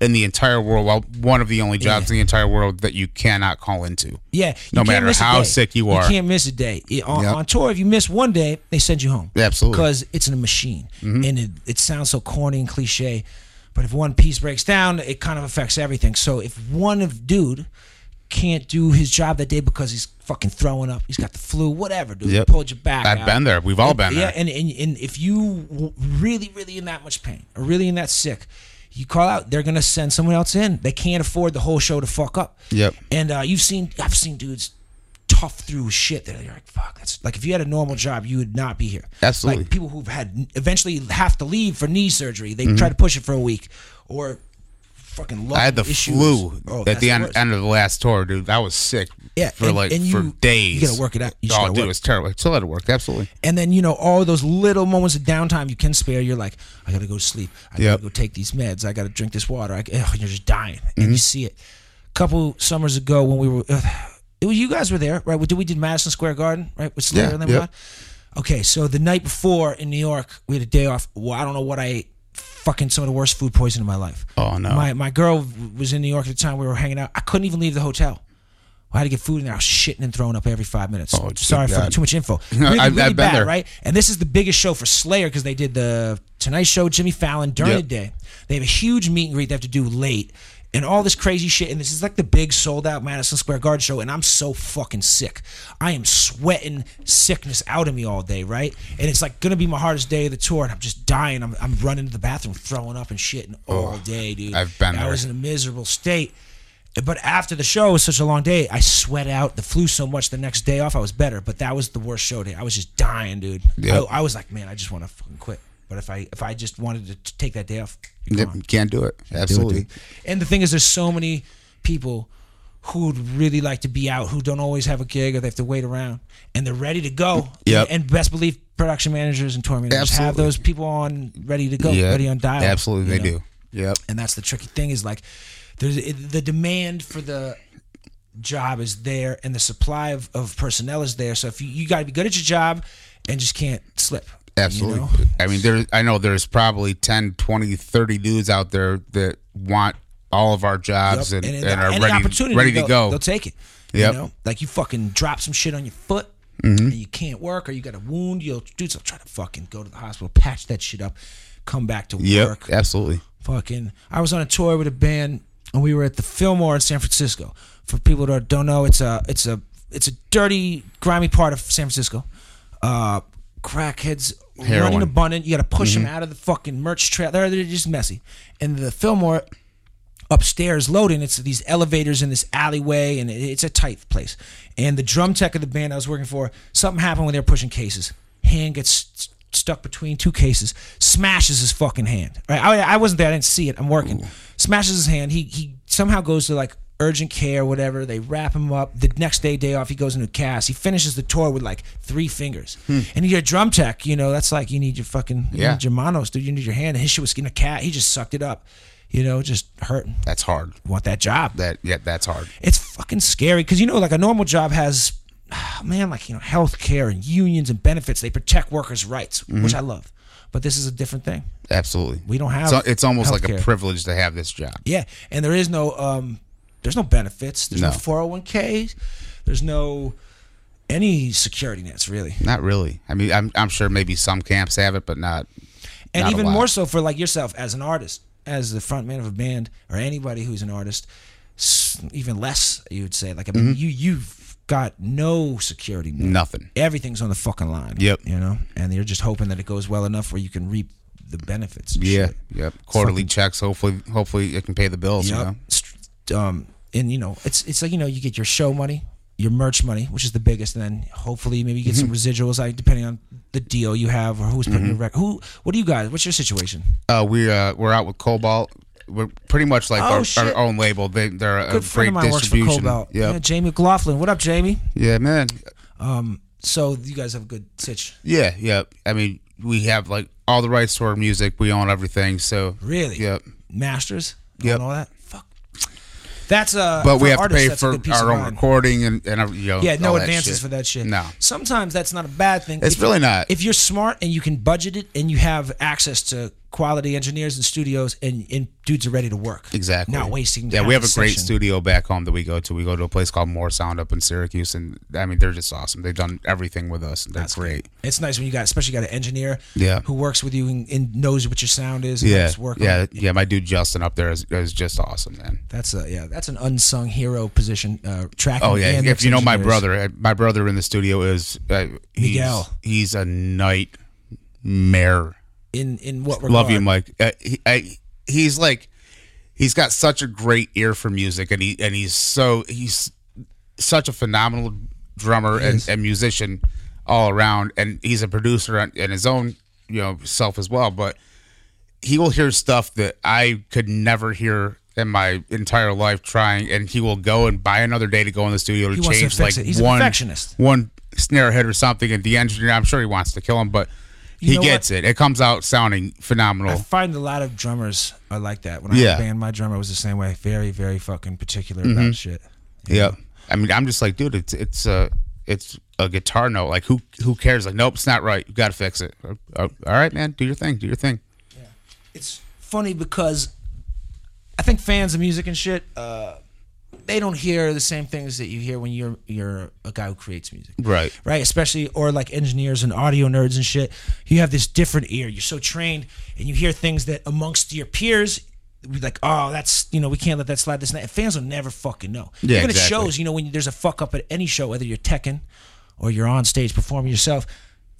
S3: in the entire world, well, one of the only jobs in the entire world that you cannot call into.
S2: Yeah, you
S3: No
S2: can't
S3: matter
S2: miss a
S3: how
S2: day.
S3: sick you are.
S2: you can't miss a day I- on,
S3: Yep.
S2: on tour. If you miss one day, they send you home.
S3: Absolutely. Mm-hmm.
S2: because it's in a machine, and it, it sounds so corny and cliche, but if one piece breaks down, it kind of affects everything. So if one of dude can't do his job that day because he's fucking throwing up, he's got the flu, whatever, dude,
S3: Yep.
S2: pulled your back.
S3: I've
S2: out.
S3: been there. We've all
S2: And-
S3: been
S2: yeah,
S3: there.
S2: and, and and if you w- really, really in that much pain, or really in that sick, you call out. They're gonna send someone else in. They can't afford the whole show to fuck up.
S3: Yep.
S2: And uh, you've seen, I've seen dudes tough through shit. That you're like, fuck. That's like if you had a normal job, you would not be here.
S3: Absolutely.
S2: Like people who've had eventually have to leave for knee surgery. They try to push it for a week, or fucking.
S3: Mm-hmm. I had the
S2: lung issues.
S3: flu
S2: Oh,
S3: at
S2: that's
S3: the end,
S2: worst.
S3: end of the last tour, dude. I was sick
S2: Yeah,
S3: for
S2: and-
S3: like
S2: and
S3: for
S2: you- you
S3: days.
S2: gotta work it out. You just
S3: oh,
S2: gotta
S3: dude,
S2: work.
S3: it was terrible. I still had to work. Absolutely.
S2: And then you know all those little moments of downtime you can spare. You're like, I gotta go to sleep. I
S3: Yep.
S2: gotta go take these meds. I gotta drink this water. I, ugh, you're just dying, and
S3: Mm-hmm.
S2: you see it. couple summers ago when we were, ugh, it was you guys were there, right? We did we did Madison Square Garden, right? With Slayer
S3: Yeah,
S2: and them.
S3: yep.
S2: lot. Okay, so the night before in New York, we had a day off. Well, I don't know what I ate. Fucking some of the worst food poisoning of my life.
S3: Oh, no.
S2: My my girl was in New York at the time. We were hanging out. I couldn't even leave the hotel. I had to get food in there. I was shitting and throwing up every five minutes.
S3: Oh,
S2: Sorry
S3: good
S2: for the
S3: God.
S2: too much info.
S3: No,
S2: Really,
S3: I've- I've
S2: really
S3: been
S2: bad,
S3: there.
S2: right? And this is the biggest show for Slayer because they did the Tonight Show, Jimmy Fallon during
S3: Yep.
S2: the day. They have a huge meet and greet they have to do late, and all this crazy shit. And this is like the big sold out Madison Square Garden show. And I'm so fucking sick. I am sweating sickness out of me all day, right? And it's like gonna be my hardest day of the tour. And I'm just dying. I'm, I'm running to the bathroom, throwing up and shit, and all day, dude.
S3: Oh, I've been
S2: And I
S3: there.
S2: was in a miserable state. But after the show it was such a long day, I sweat out the flu so much. The next day off, I was better. But that was the worst show day. I was just dying, dude.
S3: Yep.
S2: I, I was like, man, I just want to fucking quit. But if I if I just wanted to t- take that day off, you're
S3: Yep,
S2: gone.
S3: Can't do it. Absolutely.
S2: And the thing is, there's so many people who'd really like to be out, who don't always have a gig or they have to wait around, and they're ready to go.
S3: Yep.
S2: And best believe production managers and tour managers have
S3: Absolutely.
S2: those people on ready to go,
S3: Yeah,
S2: Oh, ready on dial.
S3: Absolutely,
S2: you
S3: they
S2: know?
S3: do. Yep.
S2: And that's the tricky thing is like, there's it- the demand for the job is there and the supply of, of personnel is there. So if you, you got to be good at your job and just can't slip. you
S3: Absolutely.
S2: know?
S3: I mean, there. I know there's probably 10, 20, 30 dudes out there that want all of our jobs
S2: Yep.
S3: and, and,
S2: in the-
S3: are
S2: any
S3: ready,
S2: opportunity,
S3: ready to
S2: they'll-
S3: go.
S2: They'll take it. You
S3: Yep. Mm-hmm.
S2: know, like you fucking drop some shit on your foot and you can't work, or you got a wound. You'll dudes will try to fucking go to the hospital, patch that shit up, come back to
S3: Yep.
S2: work.
S3: Absolutely.
S2: Fucking, I was on a tour with a band, and we were at the Fillmore in San Francisco. For people that don't know, it's a it's a it's a dirty, grimy part of San Francisco. Uh, crackheads running
S3: Heroin.
S2: abundant. You got to push them out of the fucking merch trail. They're, they're just messy. And the Fillmore upstairs loading. It's these elevators in this alleyway, and it- it's a tight place. And the drum tech of the band I was working for, something happened when they were pushing cases. Hand gets st- stuck between two cases, smashes his fucking hand. Right? I, I wasn't there. I didn't see it. I'm working. Smashes his hand. He he somehow goes to like urgent care, whatever. They wrap him up. The next day, day off, he goes into cast. He finishes the tour with like three fingers. And you're a drum tech, you know, that's like you need your fucking you
S3: Yeah.
S2: need your manos, dude. You need your hand. And his shit was getting a cat. He just sucked it up. You know, just hurting
S3: That's hard.
S2: want that job.
S3: That yeah, that's hard.
S2: It's fucking scary because you know, like a normal job has, man, like you know, health care and unions and benefits. They protect workers' rights,
S3: Mm-hmm.
S2: which I love. But this is a different thing.
S3: Absolutely.
S2: We don't have
S3: So it's almost like
S2: healthcare.
S3: a privilege to have this job.
S2: Yeah, and there is no, um, there's no benefits. There's no
S3: No.
S2: four hundred one ks. There's no any security nets really.
S3: Not really. I mean, I'm I'm sure maybe some camps have it, but not.
S2: and
S3: not a
S2: even
S3: lot.
S2: more so for like yourself as an artist as the front man of a band or anybody who's an artist s- even less you would say like i
S3: Mm-hmm.
S2: mean you you've got no security net.
S3: Nothing.
S2: everything's on the fucking line
S3: Yep.
S2: you know and you're just hoping that it goes well enough where you can reap the benefits and
S3: Yeah.
S2: shit.
S3: Yep. Quarterly checks. Hopefully, hopefully it can pay the bills. You
S2: Yup.
S3: know?
S2: St- um and you know it's it's like you know you get your show money your merch money which is the biggest and then hopefully maybe you get some
S3: Mm-hmm.
S2: residuals like depending on the deal you have or who's putting your record who what do you guys what's your situation
S3: Uh, we uh, we're out with Cobalt. We're pretty much like
S2: Oh,
S3: our,
S2: shit.
S3: our own label. They, they're a
S2: good friend
S3: great
S2: of mine works for
S3: distribution.
S2: Cobalt. Yeah,
S3: Yep.
S2: Jamie McLaughlin. What up, Jamie?
S3: Yeah, man.
S2: So you guys have a good sitch.
S3: Yeah, yeah. I mean, we have like all the rights to our music. We own everything. So
S2: Really?
S3: Yep.
S2: Masters.
S3: Yep.
S2: And all that. Fuck. That's uh.
S3: But
S2: for
S3: we have
S2: artists,
S3: to pay
S2: that's a
S3: for
S2: good piece of
S3: our own
S2: mind.
S3: recording and and uh, you know,
S2: Yeah, no
S3: all that
S2: advances
S3: shit.
S2: for that shit.
S3: No.
S2: Sometimes that's not a bad thing.
S3: It's
S2: If-
S3: really not.
S2: If you're smart and you can budget it and you have access to quality engineers and studios and, and dudes are ready to work.
S3: Exactly.
S2: Not wasting
S3: Yeah,
S2: half
S3: we have a
S2: the
S3: great
S2: session.
S3: studio back home that we go to. We go to a place called More Sound up in Syracuse, and I mean they're just awesome. They've done everything with us. They're great.
S2: It's nice when you got, especially got an engineer
S3: Yeah.
S2: who works with you and, and knows what your sound is. And
S3: Yeah,
S2: helps work on
S3: yeah,
S2: it.
S3: yeah. My dude Justin up there is, is just awesome, man.
S2: That's a yeah. That's an unsung hero position. Uh, tracking.
S3: Oh yeah,
S2: and
S3: if
S2: mix
S3: you know my
S2: engineers.
S3: brother, uh, my brother in the studio is uh, he's,
S2: Miguel.
S3: He's a nightmare.
S2: in in what regard?
S3: Love you, Mike. Uh, he, I, he's like, he's got such a great ear for music, and he and he's so he's such a phenomenal drummer and, and musician all around, and he's a producer on- in his own you know self as well. But he will hear stuff that I could never hear in my entire life trying, and he will go and buy another day to go in the studio to
S2: He wants to
S3: change
S2: fix
S3: like
S2: it. He's a
S3: one
S2: perfectionist.
S3: one snare hit or something. And the engineer, I'm sure he wants to kill him, but. he
S2: know what?
S3: gets it. It comes out sounding phenomenal.
S2: I find a lot of drummers are like that. When I
S3: Yeah. Mm-hmm.
S2: was a band, my drummer was the same way. Very very fucking particular about shit.
S3: Yeah. I mean, I'm just like, dude, it's it's a it's a guitar note. Like, who who cares? Like, nope, it's not right. You got to fix it. Uh, uh, all right, man, do your thing. Do your thing.
S2: It's funny because I think fans of music and shit. Uh, they don't hear the same things that you hear when you're you're a guy who creates music.
S3: Right.
S2: right? Especially or like engineers and audio nerds and shit. You have this different ear. You're so trained, and you hear things that amongst your peers, we like, oh, that's you know, we can't let that slide. This and that. Fans will never fucking know.
S3: Yeah,
S2: Even at
S3: exactly.
S2: shows, you know, when there's a fuck up at any show, whether you're teching or you're on stage performing yourself.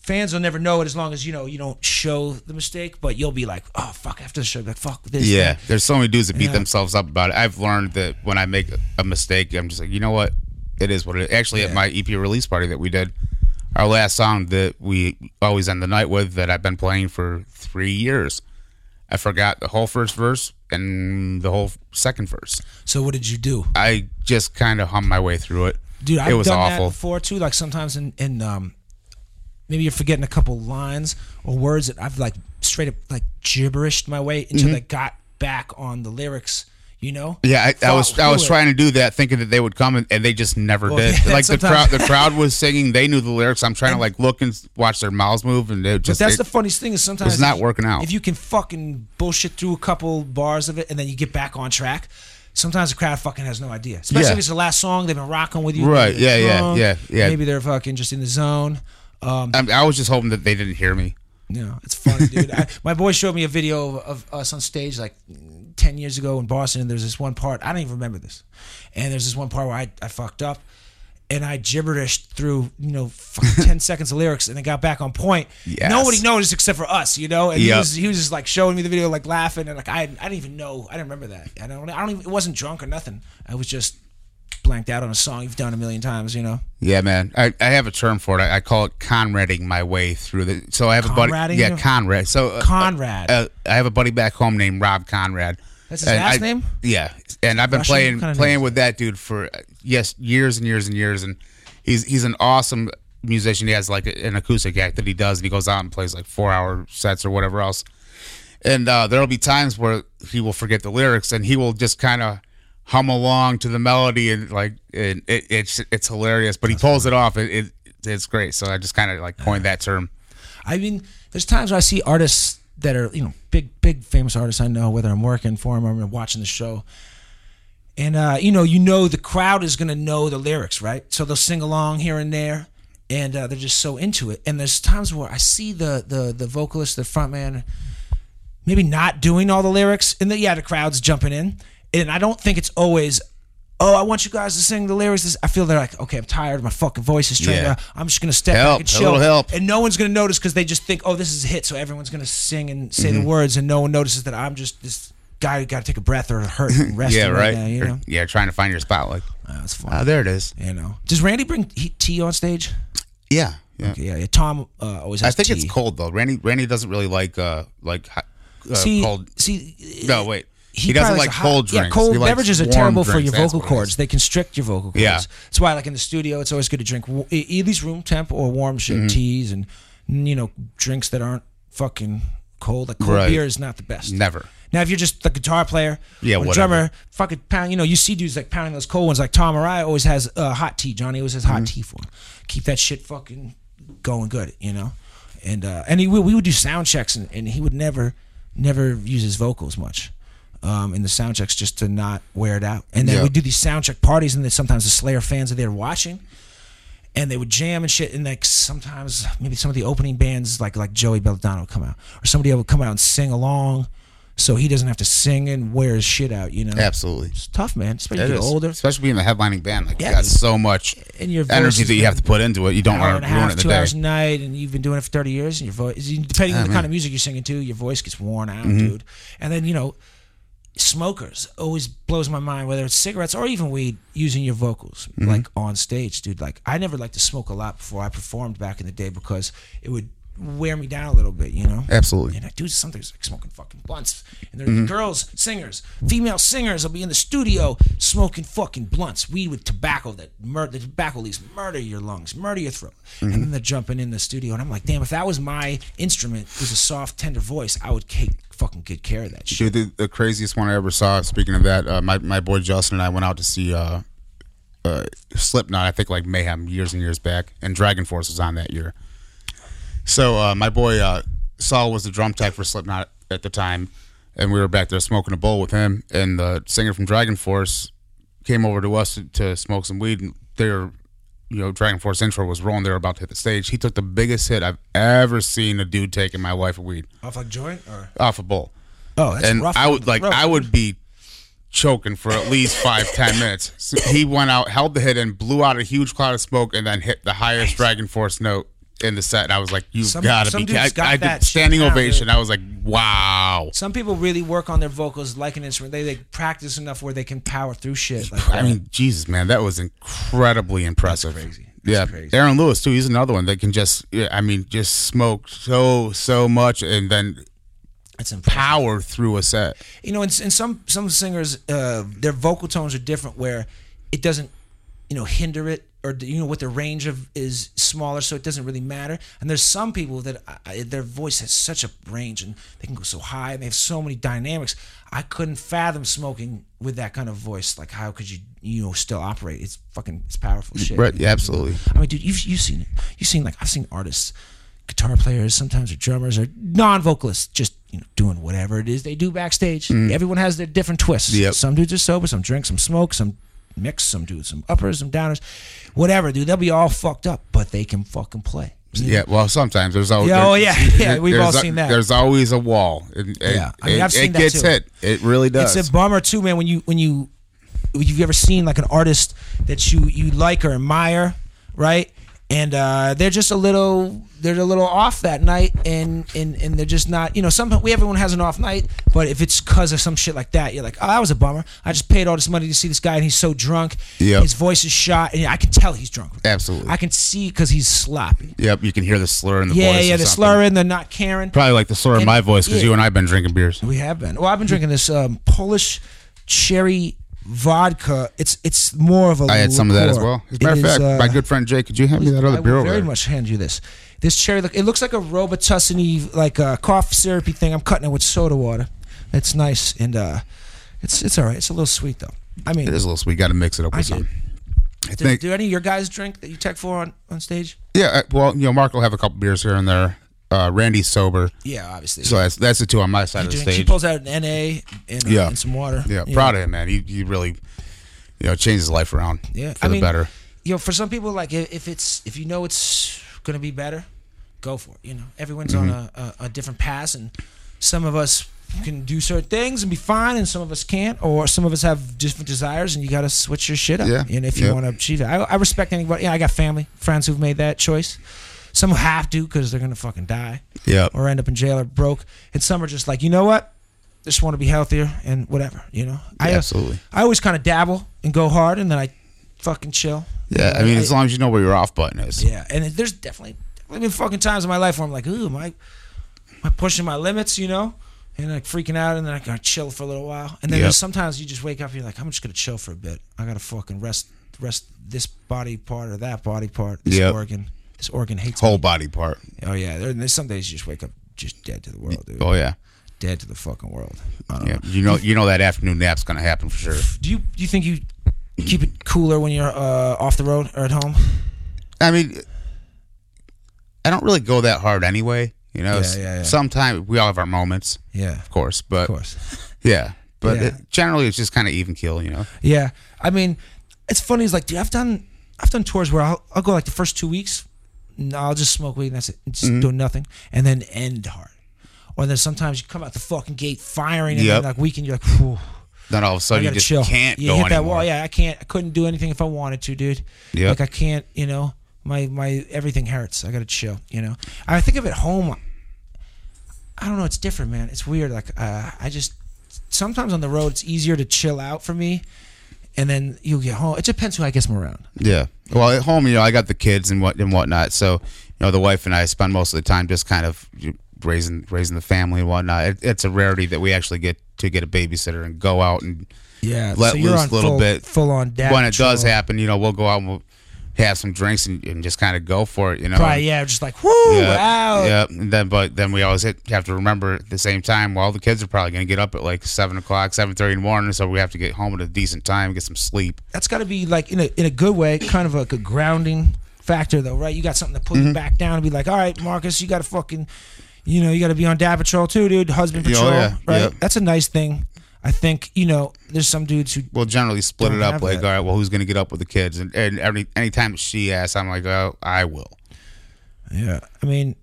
S2: Fans will never know it as long as you know you don't show the mistake, but you'll be like, "Oh fuck!" After the show, like fuck this.
S3: Yeah. There's so many dudes that beat
S2: Yeah.
S3: themselves up about it. I've learned that when I make a mistake, I'm just like, you know what? It is what it is. Actually, at my EP release party that we did, our last song that we always end the night with that I've been playing for three years. I forgot the whole first verse and the whole second verse.
S2: So what did you do?
S3: I just kind of hummed my way through it.
S2: Dude, I've
S3: it was
S2: done that
S3: awful.
S2: before too. Like sometimes in, in um, maybe you're forgetting a couple lines or words that I've like straight up like gibberished my way until
S3: Mm-hmm.
S2: I got back on the lyrics. You know?
S3: Yeah, I, I
S2: Thought
S3: was I was
S2: through it.
S3: trying to do that, thinking that they would come, and, and they just never
S2: Well,
S3: did.
S2: yeah,
S3: like the
S2: sometimes-
S3: crowd, the crowd was singing. They knew the lyrics. I'm trying to like look and s- watch their mouths move, and it
S2: But
S3: just
S2: that's
S3: it-
S2: the funniest thing is sometimes
S3: it's not
S2: if-
S3: working out.
S2: If you can fucking bullshit through a couple bars of it and then you get back on track, sometimes the crowd fucking has no idea. Especially
S3: Yeah.
S2: if it's the last song they've been rocking with you.
S3: Right,
S2: maybe they're
S3: yeah, yeah,
S2: drunk,
S3: yeah, yeah.
S2: Maybe they're fucking just in the zone. Um,
S3: I, mean, I was just hoping that they didn't hear me.
S2: you know, it's funny, dude. I, my boy showed me a video of, of us on stage like ten years ago in Boston. And there's this one part I don't even remember this, and there's this one part where I, I fucked up, and I gibberished through you know fucking ten seconds of lyrics, and it got back on point.
S3: Yes.
S2: Nobody noticed except for us, you know. And he
S3: Yep.
S2: was he was just like showing me the video, like laughing, and like I I didn't even know I didn't remember that. I don't I don't even it wasn't drunk or nothing. I was just blanked out on a song you've done a million times, you know.
S3: Yeah, man. I, I have a term for it. I, I call it conrading my way through the. So I have a buddy.
S2: Conrading
S3: Yeah,
S2: your-
S3: Conrad. So uh,
S2: Conrad.
S3: Uh, I have a buddy back home named Rob Conrad.
S2: That's his
S3: And
S2: last
S3: I-
S2: name?
S3: Yeah, and I've been
S2: Russian?
S3: playing
S2: What kind of name
S3: playing
S2: is
S3: with that dude for uh, yes years and years and years, and he's he's an awesome musician. He has like an acoustic act that he does, and he goes out and plays like four hour sets or whatever else. And uh, there'll be times where he will forget the lyrics, and he will just kind of hum along to the melody, and like and it, it's it's hilarious. But he pulls it off. It, it it's great. So I just kind of like coined that term.
S2: I mean, there's times where I see artists that are, you know, big, big famous artists I know, whether I'm working for them or I'm watching the show. And, uh, you know, you know the crowd is going to know the lyrics, right? So they'll sing along here and there. And uh, they're just so into it. And there's times where I see the the the vocalist, the frontman, maybe not doing all the lyrics, and the, yeah, the crowd's jumping in. And I don't think it's always, oh, I want you guys to sing the lyrics. This- I feel they're like, okay, I'm tired. My fucking voice is trained.
S3: Yeah.
S2: out. I'm just gonna step
S3: Help,
S2: back and
S3: a
S2: chill.
S3: little help.
S2: And no one's gonna notice because they just think, oh, this is a hit, so everyone's gonna sing and say
S3: Mm-hmm.
S2: the words, and no one notices that I'm just this guy who got to take a breath or hurt and rest.
S3: Yeah, right.
S2: now, you
S3: Or-
S2: know, Ah,
S3: yeah, trying to find your spot. Like
S2: that's fun.
S3: oh, there it is.
S2: you know, does Randy bring he- tea on stage?
S3: Yeah. Yeah.
S2: Yeah, yeah. Tom uh, always
S3: I
S2: has
S3: think
S2: tea.
S3: it's cold though. Randy Randy doesn't really like uh like hot- uh,
S2: see,
S3: cold.
S2: see,
S3: No wait, he,
S2: probably
S3: doesn't like
S2: likes a hot-
S3: cold drinks.
S2: Yeah, cold
S3: He likes
S2: beverages are
S3: warm
S2: terrible for
S3: drinks.
S2: your
S3: That's
S2: vocal
S3: what it
S2: cords.
S3: is.
S2: They constrict your vocal cords.
S3: Yeah.
S2: That's why, like in the studio, it's always good to drink wa- e- at least room temp or warm shit
S3: Mm-hmm.
S2: teas and you know drinks that aren't fucking cold. Like cold
S3: Right.
S2: beer is not the best.
S3: Never.
S2: Now, if you're just the guitar player,
S3: Yeah,
S2: or
S3: whatever.
S2: drummer, fucking pound. You know, you see dudes like pounding those cold ones. Like Tom Mariah always has uh, hot tea. Johnny always has hot
S3: Mm-hmm.
S2: tea for him. Keep that shit fucking going good. You know, and uh, and he, we, we would do sound checks, and, and he would never never use his vocals much. Um, in the sound checks just to not wear it out, and then
S3: Yeah.
S2: we do these sound check parties, and then sometimes the Slayer fans are there watching, and they would jam and shit. And like sometimes, maybe some of the opening bands, like like Joey Belladonna, would come out, or somebody would come out and sing along, so he doesn't have to sing and wear his shit out. You know,
S3: Absolutely.
S2: it's tough, man. Especially
S3: It
S2: when you
S3: is.
S2: get older.
S3: especially being the headlining band. Like
S2: Yeah,
S3: you got
S2: dude.
S3: so much
S2: And your voice
S3: energy
S2: is
S3: that you have to put into it. You don't
S2: Hour
S3: want
S2: and a
S3: to ruin it
S2: half,
S3: in the
S2: two
S3: day.
S2: hours a night, and you've been doing it for thirty years, and your voice, depending on the kind of music you're singing to, your voice gets worn out,
S3: Mm-hmm.
S2: dude. And then you know, smokers always blows my mind, whether it's cigarettes or even weed, using your vocals
S3: Mm-hmm.
S2: like on stage, dude. Like I never liked to smoke a lot before I performed back in the day because it would wear me down a little bit, you know.
S3: Absolutely.
S2: And I do something like smoking fucking blunts. And there's
S3: Mm-hmm.
S2: girls, singers, female singers will be in the studio smoking fucking blunts, weed with tobacco that mur- the tobacco leaves murder your lungs, murder your throat.
S3: Mm-hmm.
S2: And then they're jumping in the studio, and I'm like, damn, if that was my instrument, it was a soft, tender voice, I would take fucking good care of that shit.
S3: Dude, the, the craziest one I ever saw. Speaking of that, uh, my my boy Justin and I went out to see uh, uh, Slipknot. I think like Mayhem years and years back, and Dragon Force was on that year. So uh, my boy uh, Saul was the drum tech for Slipknot at the time, and we were back there smoking a bowl with him. And the singer from Dragon Force came over to us to, to smoke some weed. And they were, you know, Dragon Force intro was rolling. They were about to hit the stage. He took the biggest hit I've ever seen a dude take in my life of weed
S2: Off like joint or
S3: off a bowl
S2: oh, that's
S3: and
S2: rough.
S3: I would like
S2: rough.
S3: I would be choking for at least five ten minutes. So he went out, held the hit, and blew out a huge cloud of smoke, and then hit the highest Dragon Force note in the set. And I was like, "You've
S2: Some-
S3: got to
S2: some
S3: be!"
S2: dude's
S3: I,
S2: got
S3: I did
S2: that shit
S3: standing
S2: down,
S3: ovation.
S2: dude.
S3: I was like, "Wow!"
S2: Some people really work on their vocals like an instrument. They they practice enough where they can power through shit. Like
S3: I
S2: that.
S3: mean, Jesus, man, that was incredibly impressive.
S2: crazy. That's
S3: Yeah,
S2: crazy.
S3: Aaron Lewis too. He's another one that can just, yeah, I mean, just smoke so so much, and then
S2: It's impressive.
S3: power through a set.
S2: you know, and, and some some singers, uh, their vocal tones are different, where it doesn't, you know, hinder it, or you know, what their range of is smaller, so it doesn't really matter. And there's some people that I, their voice has such a range, and they can go so high, and they have so many dynamics. I couldn't fathom smoking with that kind of voice. Like, how could you, you know, still operate? It's fucking, it's powerful shit.
S3: Right, yeah, absolutely.
S2: I mean, dude, you've you've seen it. You've seen like I've seen artists, guitar players, sometimes or drummers or non-vocalists, just you know doing whatever it is they do backstage. Everyone has their different twists.
S3: Yep.
S2: Some dudes are sober, some drink, some smoke, some mix, some do some uppers, some downers, whatever, dude. They'll be all fucked up, but they can fucking play.
S3: Yeah, well, sometimes there's always
S2: Yeah, oh, yeah, yeah, we've all seen that.
S3: There's always a wall. It, it-
S2: Yeah, I mean,
S3: it,
S2: I've seen
S3: it
S2: that
S3: gets
S2: too.
S3: hit. It really does.
S2: It's a bummer too, man. When you when you if you've ever seen like an artist that you you like or admire, right? And uh, they're just a little they're a little off that night, and and and they're just not. You know, some we everyone has an off night, but if it's because of some shit like that, you're like, oh, that was a bummer. I just paid all this money to see this guy, and he's so drunk.
S3: Yep.
S2: his voice is shot, and I can tell he's drunk.
S3: Absolutely.
S2: I can see because he's sloppy.
S3: yep, you can hear the slur in the
S2: Yeah,
S3: voice.
S2: yeah,
S3: or
S2: the
S3: something.
S2: slurring, they're not caring.
S3: Probably like the slur in
S2: And-
S3: my voice because
S2: yeah.
S3: you and I've been drinking beers.
S2: We have been. Well, I've been drinking this um, Polish cherry vodka. It's it's more of a.
S3: I had some of that as well. As a matter of fact, my
S2: good.
S3: good friend Jake, could you hand me that other
S2: uh, I
S3: beer
S2: will
S3: over
S2: very
S3: there?
S2: much hand you this. This cherry look. It looks like a Robitussin like a cough syrupy thing. I'm cutting it with soda water. It's nice and uh, it's it's all right. It's a little sweet though. I mean,
S3: It is a little sweet. Got to mix it up with
S2: I did.
S3: something. I
S2: do,
S3: think.
S2: do any of your guys drink that you tech for on on stage?
S3: Yeah. I- Well, you know, Mark will have a couple beers here and there. Uh, Randy's sober,
S2: Yeah, obviously.
S3: so that's that's the two on my side
S2: He
S3: of the
S2: drink- she
S3: stage.
S2: pulls out an NA and, uh,
S3: Yeah.
S2: and some water.
S3: Yeah,
S2: You know.
S3: proud of him, man. He he really, you know, changed his life around.
S2: Yeah,
S3: for
S2: I
S3: the
S2: mean,
S3: better.
S2: You know, for some people, like if, if it's if you know it's gonna be better, go for it. You know, everyone's on
S3: Mm-hmm.
S2: a, a, a different path, and some of us can do certain things and be fine, and some of us can't, or some of us have different desires, and you gotta switch your shit up.
S3: Yeah,
S2: And if you
S3: yeah.
S2: want to achieve it, I, I respect anybody. Yeah, I got family, friends who've made that choice. Some have to because they're gonna fucking die
S3: Yeah,
S2: or end up in jail or broke, and some are just like, you know what, just want to be healthier and whatever. You know, I
S3: Yeah, absolutely.
S2: I always kind of dabble and go hard, and then I fucking chill.
S3: Yeah, I mean, as long as you know where your off button is.
S2: Yeah, and it- there's definitely definitely been fucking times in my life where I'm like, ooh, am I, am I pushing my limits, you know? And like freaking out, and then I gotta chill for a little while. And then
S3: Yep.
S2: there's sometimes you just wake up and you're like, I'm just gonna chill for a bit. I gotta fucking rest, rest this body part or that body part, this
S3: Yep.
S2: organ. This organ hates
S3: Whole
S2: me.
S3: body part.
S2: Oh yeah, there, there's some days you just wake up just dead to the world, dude.
S3: Oh yeah,
S2: Dead to the fucking world. I don't
S3: yeah.
S2: know.
S3: You know, you know that afternoon nap's gonna happen for sure.
S2: Do you do you think you keep it cooler when you're uh, off the road or at home?
S3: I mean, I don't really go that hard anyway. You know,
S2: Yeah,
S3: S-
S2: yeah, yeah.
S3: sometimes we all have our moments,
S2: Yeah,
S3: of course, but
S2: of course.
S3: yeah, but
S2: Yeah.
S3: It, generally it's just kind of even keel. You know,
S2: Yeah, I mean, it's funny. It's like, dude, I've done, I've done tours where I'll, I'll go like the first two weeks, and I'll just smoke weed and that's it, and just do nothing, and then end hard. Or then sometimes you come out the fucking gate firing, and
S3: Yep.
S2: then like weekend, you're like, Phew,
S3: then all of a
S2: I
S3: sudden you
S2: gotta
S3: just
S2: chill.
S3: can't
S2: you
S3: go
S2: hit
S3: anymore.
S2: that wall. Yeah, I can't. I couldn't do anything if I wanted to, dude.
S3: Yep.
S2: Like I can't. You know, my my everything hurts. I gotta chill. You know, I think of at home. I don't know. It's different, man. It's weird. Like uh, I just sometimes on the road, it's easier to chill out for me, and then you get home. It depends who I guess I'm around.
S3: Yeah. Well, at home, you know, I got the kids and what and whatnot. So, you know, the wife and I spend most of the time just kind of raising raising the family and whatnot. It, it's a rarity that we actually get to get a babysitter and go out and
S2: Yeah,
S3: Let loose a little
S2: full,
S3: bit.
S2: full on dad.
S3: when it does
S2: control.
S3: happen, you know, we'll go out and we'll have some drinks and, and just kind of go for it. You know.
S2: Right, yeah, just like whoo,
S3: Yeah,
S2: wow.
S3: yeah, and then but then we always hit, have to remember at the same time. Well, the kids are probably going to get up at like seven o'clock, seven thirty in the morning, so we have to get home at a decent time, get some sleep.
S2: that's got to be like in a in a good way, kind of like a grounding factor, though, right? You got something to put
S3: Mm-hmm.
S2: you back down and be like, all right, Marcus, you got to fucking, you know, you got to be on dad patrol too, dude. Husband
S3: Yeah, oh,
S2: patrol,
S3: yeah,
S2: right?
S3: yeah.
S2: That's a nice thing. I think you know, there's some dudes who
S3: we'll generally split
S2: Don't
S3: it up.
S2: have
S3: Like,
S2: that.
S3: all right, well, who's gonna get up with the kids? And, and every anytime that she asks, I'm like, oh, I will.
S2: Yeah. I mean,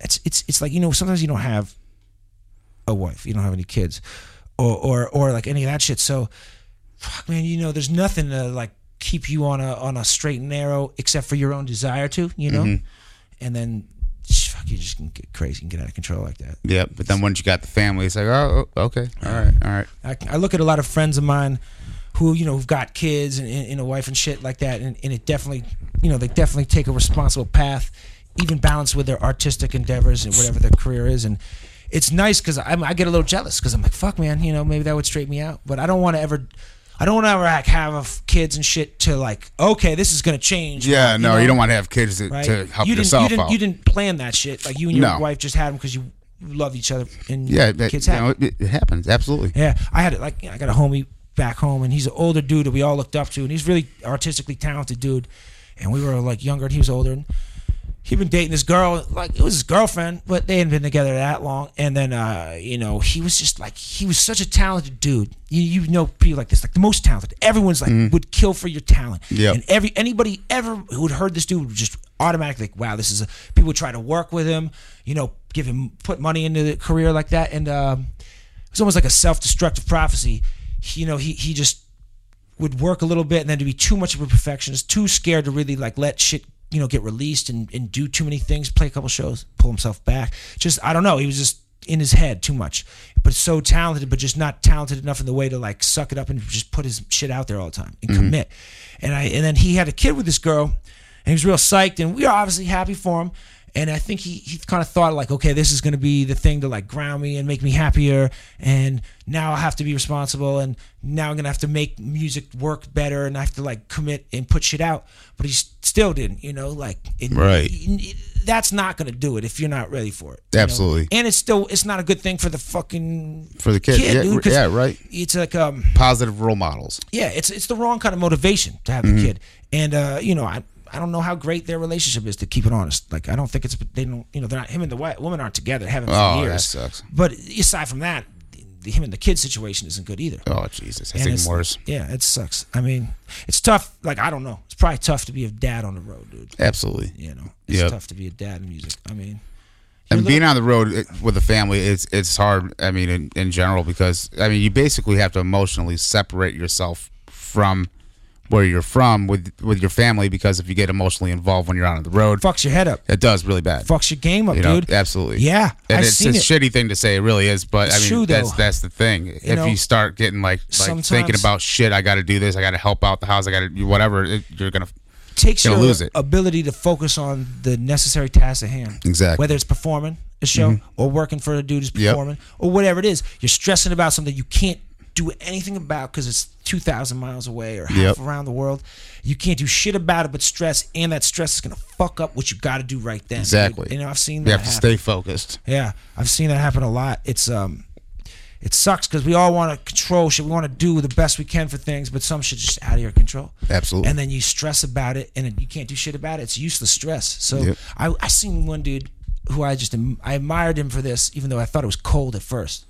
S2: it's it's it's like you know sometimes you don't have a wife, you don't have any kids, or or or like any of that shit. So, fuck, man, you know, there's nothing to like keep you on a on a straight and narrow except for your own desire to, you know, and then. sh- Fuck, you just can get crazy and get out of control like that.
S3: Yeah, but then once you got the family, it's like, oh, oh, okay, all right, all right.
S2: I, I look at a lot of friends of mine who you know who've got kids and, and, and a wife and shit like that, and, and it definitely you know they definitely take a responsible path, even balanced with their artistic endeavors and whatever their career is, and it's nice because I I get a little jealous because I'm like, fuck, man, you know, maybe that would straighten me out. But I don't want to ever. I don't want to ever like have a- kids and shit to like. Okay, this is gonna change.
S3: Yeah,
S2: you
S3: no,
S2: know?
S3: you don't want to have kids to,
S2: right?
S3: to help
S2: you didn't,
S3: yourself
S2: you didn't,
S3: out.
S2: You didn't plan that shit. Like you and your
S3: No.
S2: wife just had them because you love each other and
S3: yeah, that,
S2: kids
S3: you
S2: have.
S3: know, it, it happens absolutely.
S2: Yeah, I had it like you know, I got a homie back home, and he's an older dude that we all looked up to, and he's really artistically talented dude. And we were like younger, and he was older, and he'd been dating this girl, like it was his girlfriend, but they hadn't been together that long. And then, uh, you know, he was just like he was such a talented dude. You, you know people like this, like the most talented. Everyone's like would kill for your talent.
S3: Yep.
S2: And every anybody ever who had heard this dude would just automatically like, wow, this is a people would try to work with him, you know, give him put money into the career like that. And um it was almost like a self destructive prophecy. He, you know, he he just would work a little bit and then to be too much of a perfectionist, too scared to really like let shit, you know, get released and, and do too many things, play a couple shows, pull himself back. Just I don't know, he was just in his head too much. But so talented, but just not talented enough in the way to like suck it up and just put his shit out there all the time and commit. And I and then he had a kid with this girl and he was real psyched and we were obviously happy for him. And I think he, he kind of thought like, okay, this is going to be the thing to like ground me and make me happier. And now I'll have to be responsible. And now I'm going to have to make music work better. And I have to like commit and put shit out. But he s- still didn't, you know, like, it,
S3: Right.
S2: it- it- that's not going to do it if you're not ready for it. you know?
S3: Absolutely.
S2: And it's still, it's not a good thing for the fucking
S3: For the kid, yeah,
S2: dude, 'cause
S3: yeah, right.
S2: It's like, um,
S3: Positive role models.
S2: yeah, it's it's the wrong kind of motivation to have the
S3: Mm-hmm.
S2: kid. And uh, you know, I I don't know how great their relationship is to keep it honest. Like I don't think it's they don't you know they're not him and the white woman aren't together. They haven't for
S3: Oh, that
S2: years.
S3: sucks.
S2: But aside from that, the, the him and the kid situation isn't good either.
S3: Oh Jesus, that's
S2: And
S3: even
S2: it's-
S3: worse.
S2: Yeah, it sucks. I mean, it's tough. Like I don't know. It's probably tough to be a dad on the road, dude.
S3: Absolutely.
S2: You know, it's
S3: Yep.
S2: tough to be a dad in music. I mean,
S3: and being on the road it- with a family it's it's hard i mean in, in general because i mean you basically have to emotionally separate yourself from where you're from with with your family because if you get emotionally involved when you're out on the road
S2: fucks your head up,
S3: it does really bad
S2: fucks your game up,
S3: you know
S2: dude.
S3: absolutely
S2: Yeah,
S3: and
S2: I've
S3: it's
S2: seen
S3: a
S2: it.
S3: shitty thing to say it really is but i
S2: It's
S3: mean
S2: true,
S3: that's
S2: though.
S3: that's the thing if
S2: know,
S3: you start getting like like thinking
S2: sometimes-
S3: about shit i gotta do this i gotta help out the house i gotta do whatever it, you're gonna
S2: takes
S3: Gonna
S2: your
S3: lose it.
S2: ability to focus on the necessary tasks at hand.
S3: Exactly. Mm-hmm.
S2: Whether it's performing a show or working for a dude who's
S3: Yep.
S2: performing or whatever it is, you're stressing about something you can't do anything about because it's 2,000 miles away or half
S3: Yep.
S2: around the world. You can't do shit about it but stress, and that stress is going to fuck up what you got to do right then. dude.
S3: Exactly.
S2: You know, I've seen that
S3: you have to
S2: happen.
S3: stay focused
S2: Yeah, I've seen that happen a lot. It's um, it sucks because we all want to control shit. We want to do the best we can for things, but some shit just out of your control.
S3: Absolutely.
S2: And then you stress about it, and you can't do shit about it. It's useless stress. So
S3: Yep.
S2: I I seen one dude who I just am- I admired him for this, even though I thought it was cold at first.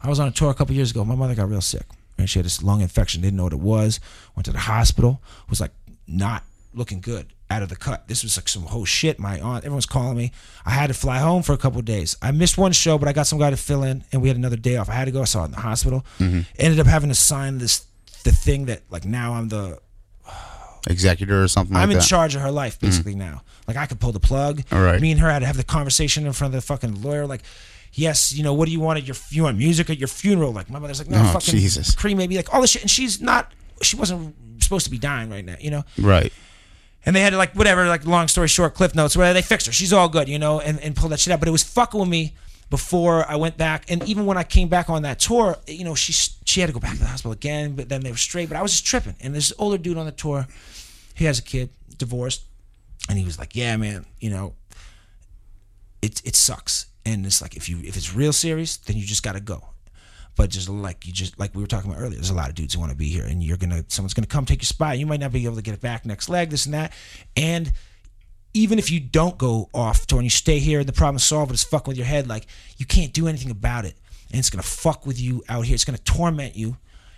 S2: I was on a tour a couple years ago. My mother got real sick, and she had this lung infection. Didn't know what it was. Went to the hospital. Was like not looking good out of the cut. This was like some whole shit. My aunt, everyone's calling me. I had to fly home for a couple of days. I missed one show, but I got some guy to fill in, and we had another day off. I had to go. I saw it in the hospital. Ended up having to sign this the thing that like now I'm the
S3: executor or something
S2: I'm
S3: like
S2: in
S3: that Mm.
S2: charge of her life basically now. Like I could pull the plug.
S3: All right.
S2: Me and her had to have the conversation in front of the fucking lawyer. Like, yes, you know, what do you want at your you want music at your funeral? Like my mother's like, no,
S3: Oh,
S2: fucking
S3: Jesus.
S2: cream maybe like all this shit. And she's not she wasn't supposed to be dying right now, you know?
S3: right
S2: And they had to like whatever, like long story short, cliff notes, where they fixed her. She's all good, you know, and, and pulled that shit out. But it was fucking with me before I went back. And even when I came back on that tour, you know, she she had to go back to the hospital again, but then they were straight. But I was just tripping. And this older dude on the tour, he has a kid, divorced, and he was like, Yeah, man, you know, it it sucks. And it's like if you if it's real serious, then you just gotta go. But just like you just like we were talking about earlier, there's a lot of dudes who want to be here, and you're gonna someone's gonna come take your spot. You might not be able to get it back next leg, this and that. And even if you don't go off tour and you stay here and the problem's solved, but it's fucking with your head, like you can't do anything about it. And it's gonna fuck with you out here. It's gonna torment you.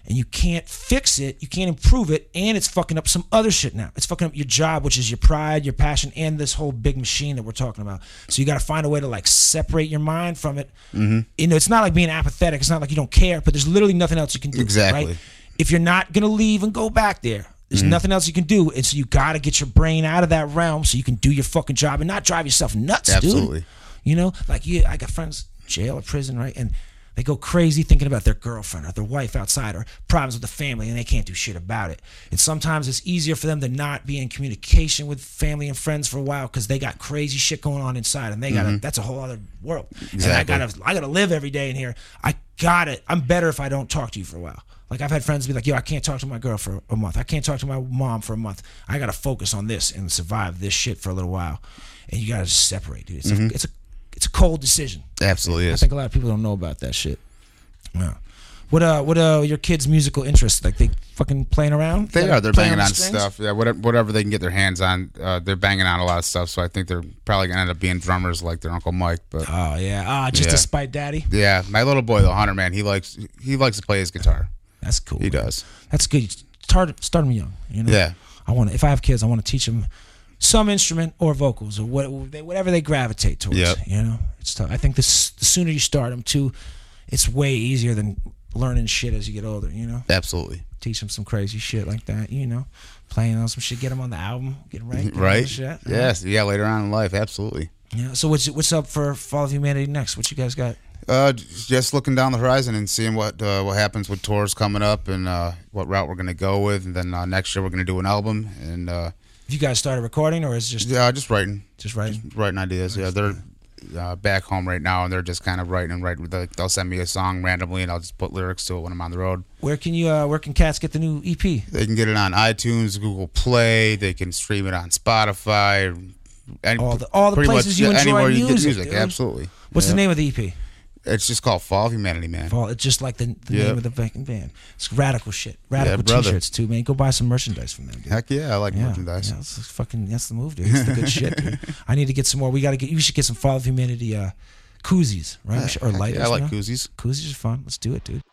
S2: And you can't fix it, you can't improve it, and it's fucking up some other shit now. It's fucking up your job, which is your pride, your passion, and this whole big machine that we're talking about. So you gotta find a way to like separate your mind from it. You know, it's not like being apathetic, it's not like you don't care, but there's literally nothing else you can do.
S3: Exactly.
S2: right? if you're not gonna leave and go back there, there's nothing else you can do. And so you gotta get your brain out of that realm so you can do your fucking job and not drive yourself nuts, dude.
S3: Absolutely.
S2: You know, like you, I got friends jail or prison, right? And They go crazy thinking about their girlfriend or their wife outside or problems with the family and they can't do shit about it. And sometimes it's easier for them to not be in communication with family and friends for a while because they got crazy shit going on inside and they gotta that's a whole other world. And I
S3: Exactly.
S2: gotta I gotta live every day in here. I got it. I'm better if I don't talk to you for a while. Like I've had friends be like, "Yo, I can't talk to my girl for a month. I can't talk to my mom for a month. I gotta focus on this and survive this shit for a little while." And you gotta just separate, dude. It's a it's a it's a cold decision.
S3: Absolutely
S2: Mm-hmm. I
S3: is.
S2: think a lot of people don't know about that shit. Yeah. What uh what uh your kids' musical interests? Like they fucking playing around?
S3: They
S2: Like,
S3: are. They're
S2: playing
S3: banging
S2: the
S3: on
S2: strings?
S3: stuff. Yeah, whatever, whatever they can get their hands on. Uh, they're banging on a lot of stuff. So I think they're probably gonna end up being drummers like their uncle Mike. But
S2: Oh yeah. Ah, just
S3: Yeah.
S2: to spite daddy.
S3: yeah, my little boy, the Hunter man, he likes he likes to play his guitar.
S2: That's cool.
S3: He
S2: man.
S3: does.
S2: That's good. Start start them young. You know.
S3: Yeah.
S2: I want to. If I have kids, I want to teach them some instrument or vocals or what they, whatever they gravitate towards.
S3: Yep.
S2: You know, it's tough. I think the, s- the sooner you start them too, it's way easier than learning shit as you get older. You know,
S3: Absolutely.
S2: teach them some crazy shit like that. You know, playing on some shit, get them on the album, get 'em right, get 'em on the
S3: Right.
S2: Shit.
S3: Yes. Yeah. Later on in life, absolutely.
S2: Yeah. So what's what's up for Fall of Humanity next? What you guys got?
S3: Uh, j- just looking down the horizon and seeing what uh, what happens with tours coming up and uh, what route we're gonna go with. And then uh, next year we're gonna do an album and uh,
S2: You guys started recording, or is it just
S3: yeah, just writing.
S2: just writing?
S3: writing ideas. Yeah, they're uh, back home right now, and they're just kind of writing and writing. They'll- They'll send me a song randomly, and I'll just put lyrics to it when I'm on the road.
S2: Where can you? Uh, where can cats get the new EP?
S3: They can get it on iTunes, Google Play. They can stream it on Spotify. Any,
S2: All the- all the
S3: pretty
S2: places you enjoy
S3: anywhere you get
S2: music,
S3: music.
S2: dude.
S3: Absolutely.
S2: What's
S3: Yeah.
S2: the name of the E EP?
S3: It's just called Fall of Humanity, man.
S2: Paul, it's just like the, the
S3: Yeah.
S2: name of the fucking band. It's radical shit. Radical
S3: brother.
S2: t-shirts too, man. Go buy some merchandise from them, dude.
S3: Heck yeah, I like
S2: Yeah,
S3: merchandise.
S2: yeah, it's it's fucking that's the move, dude. It's the good shit, dude. I need to get some more. We gotta get. You should get some Fall of Humanity uh, koozies, right? We should- or
S3: Heck
S2: lighters.
S3: yeah, I like
S2: you know?
S3: koozies.
S2: Koozies are fun. Let's do it, dude.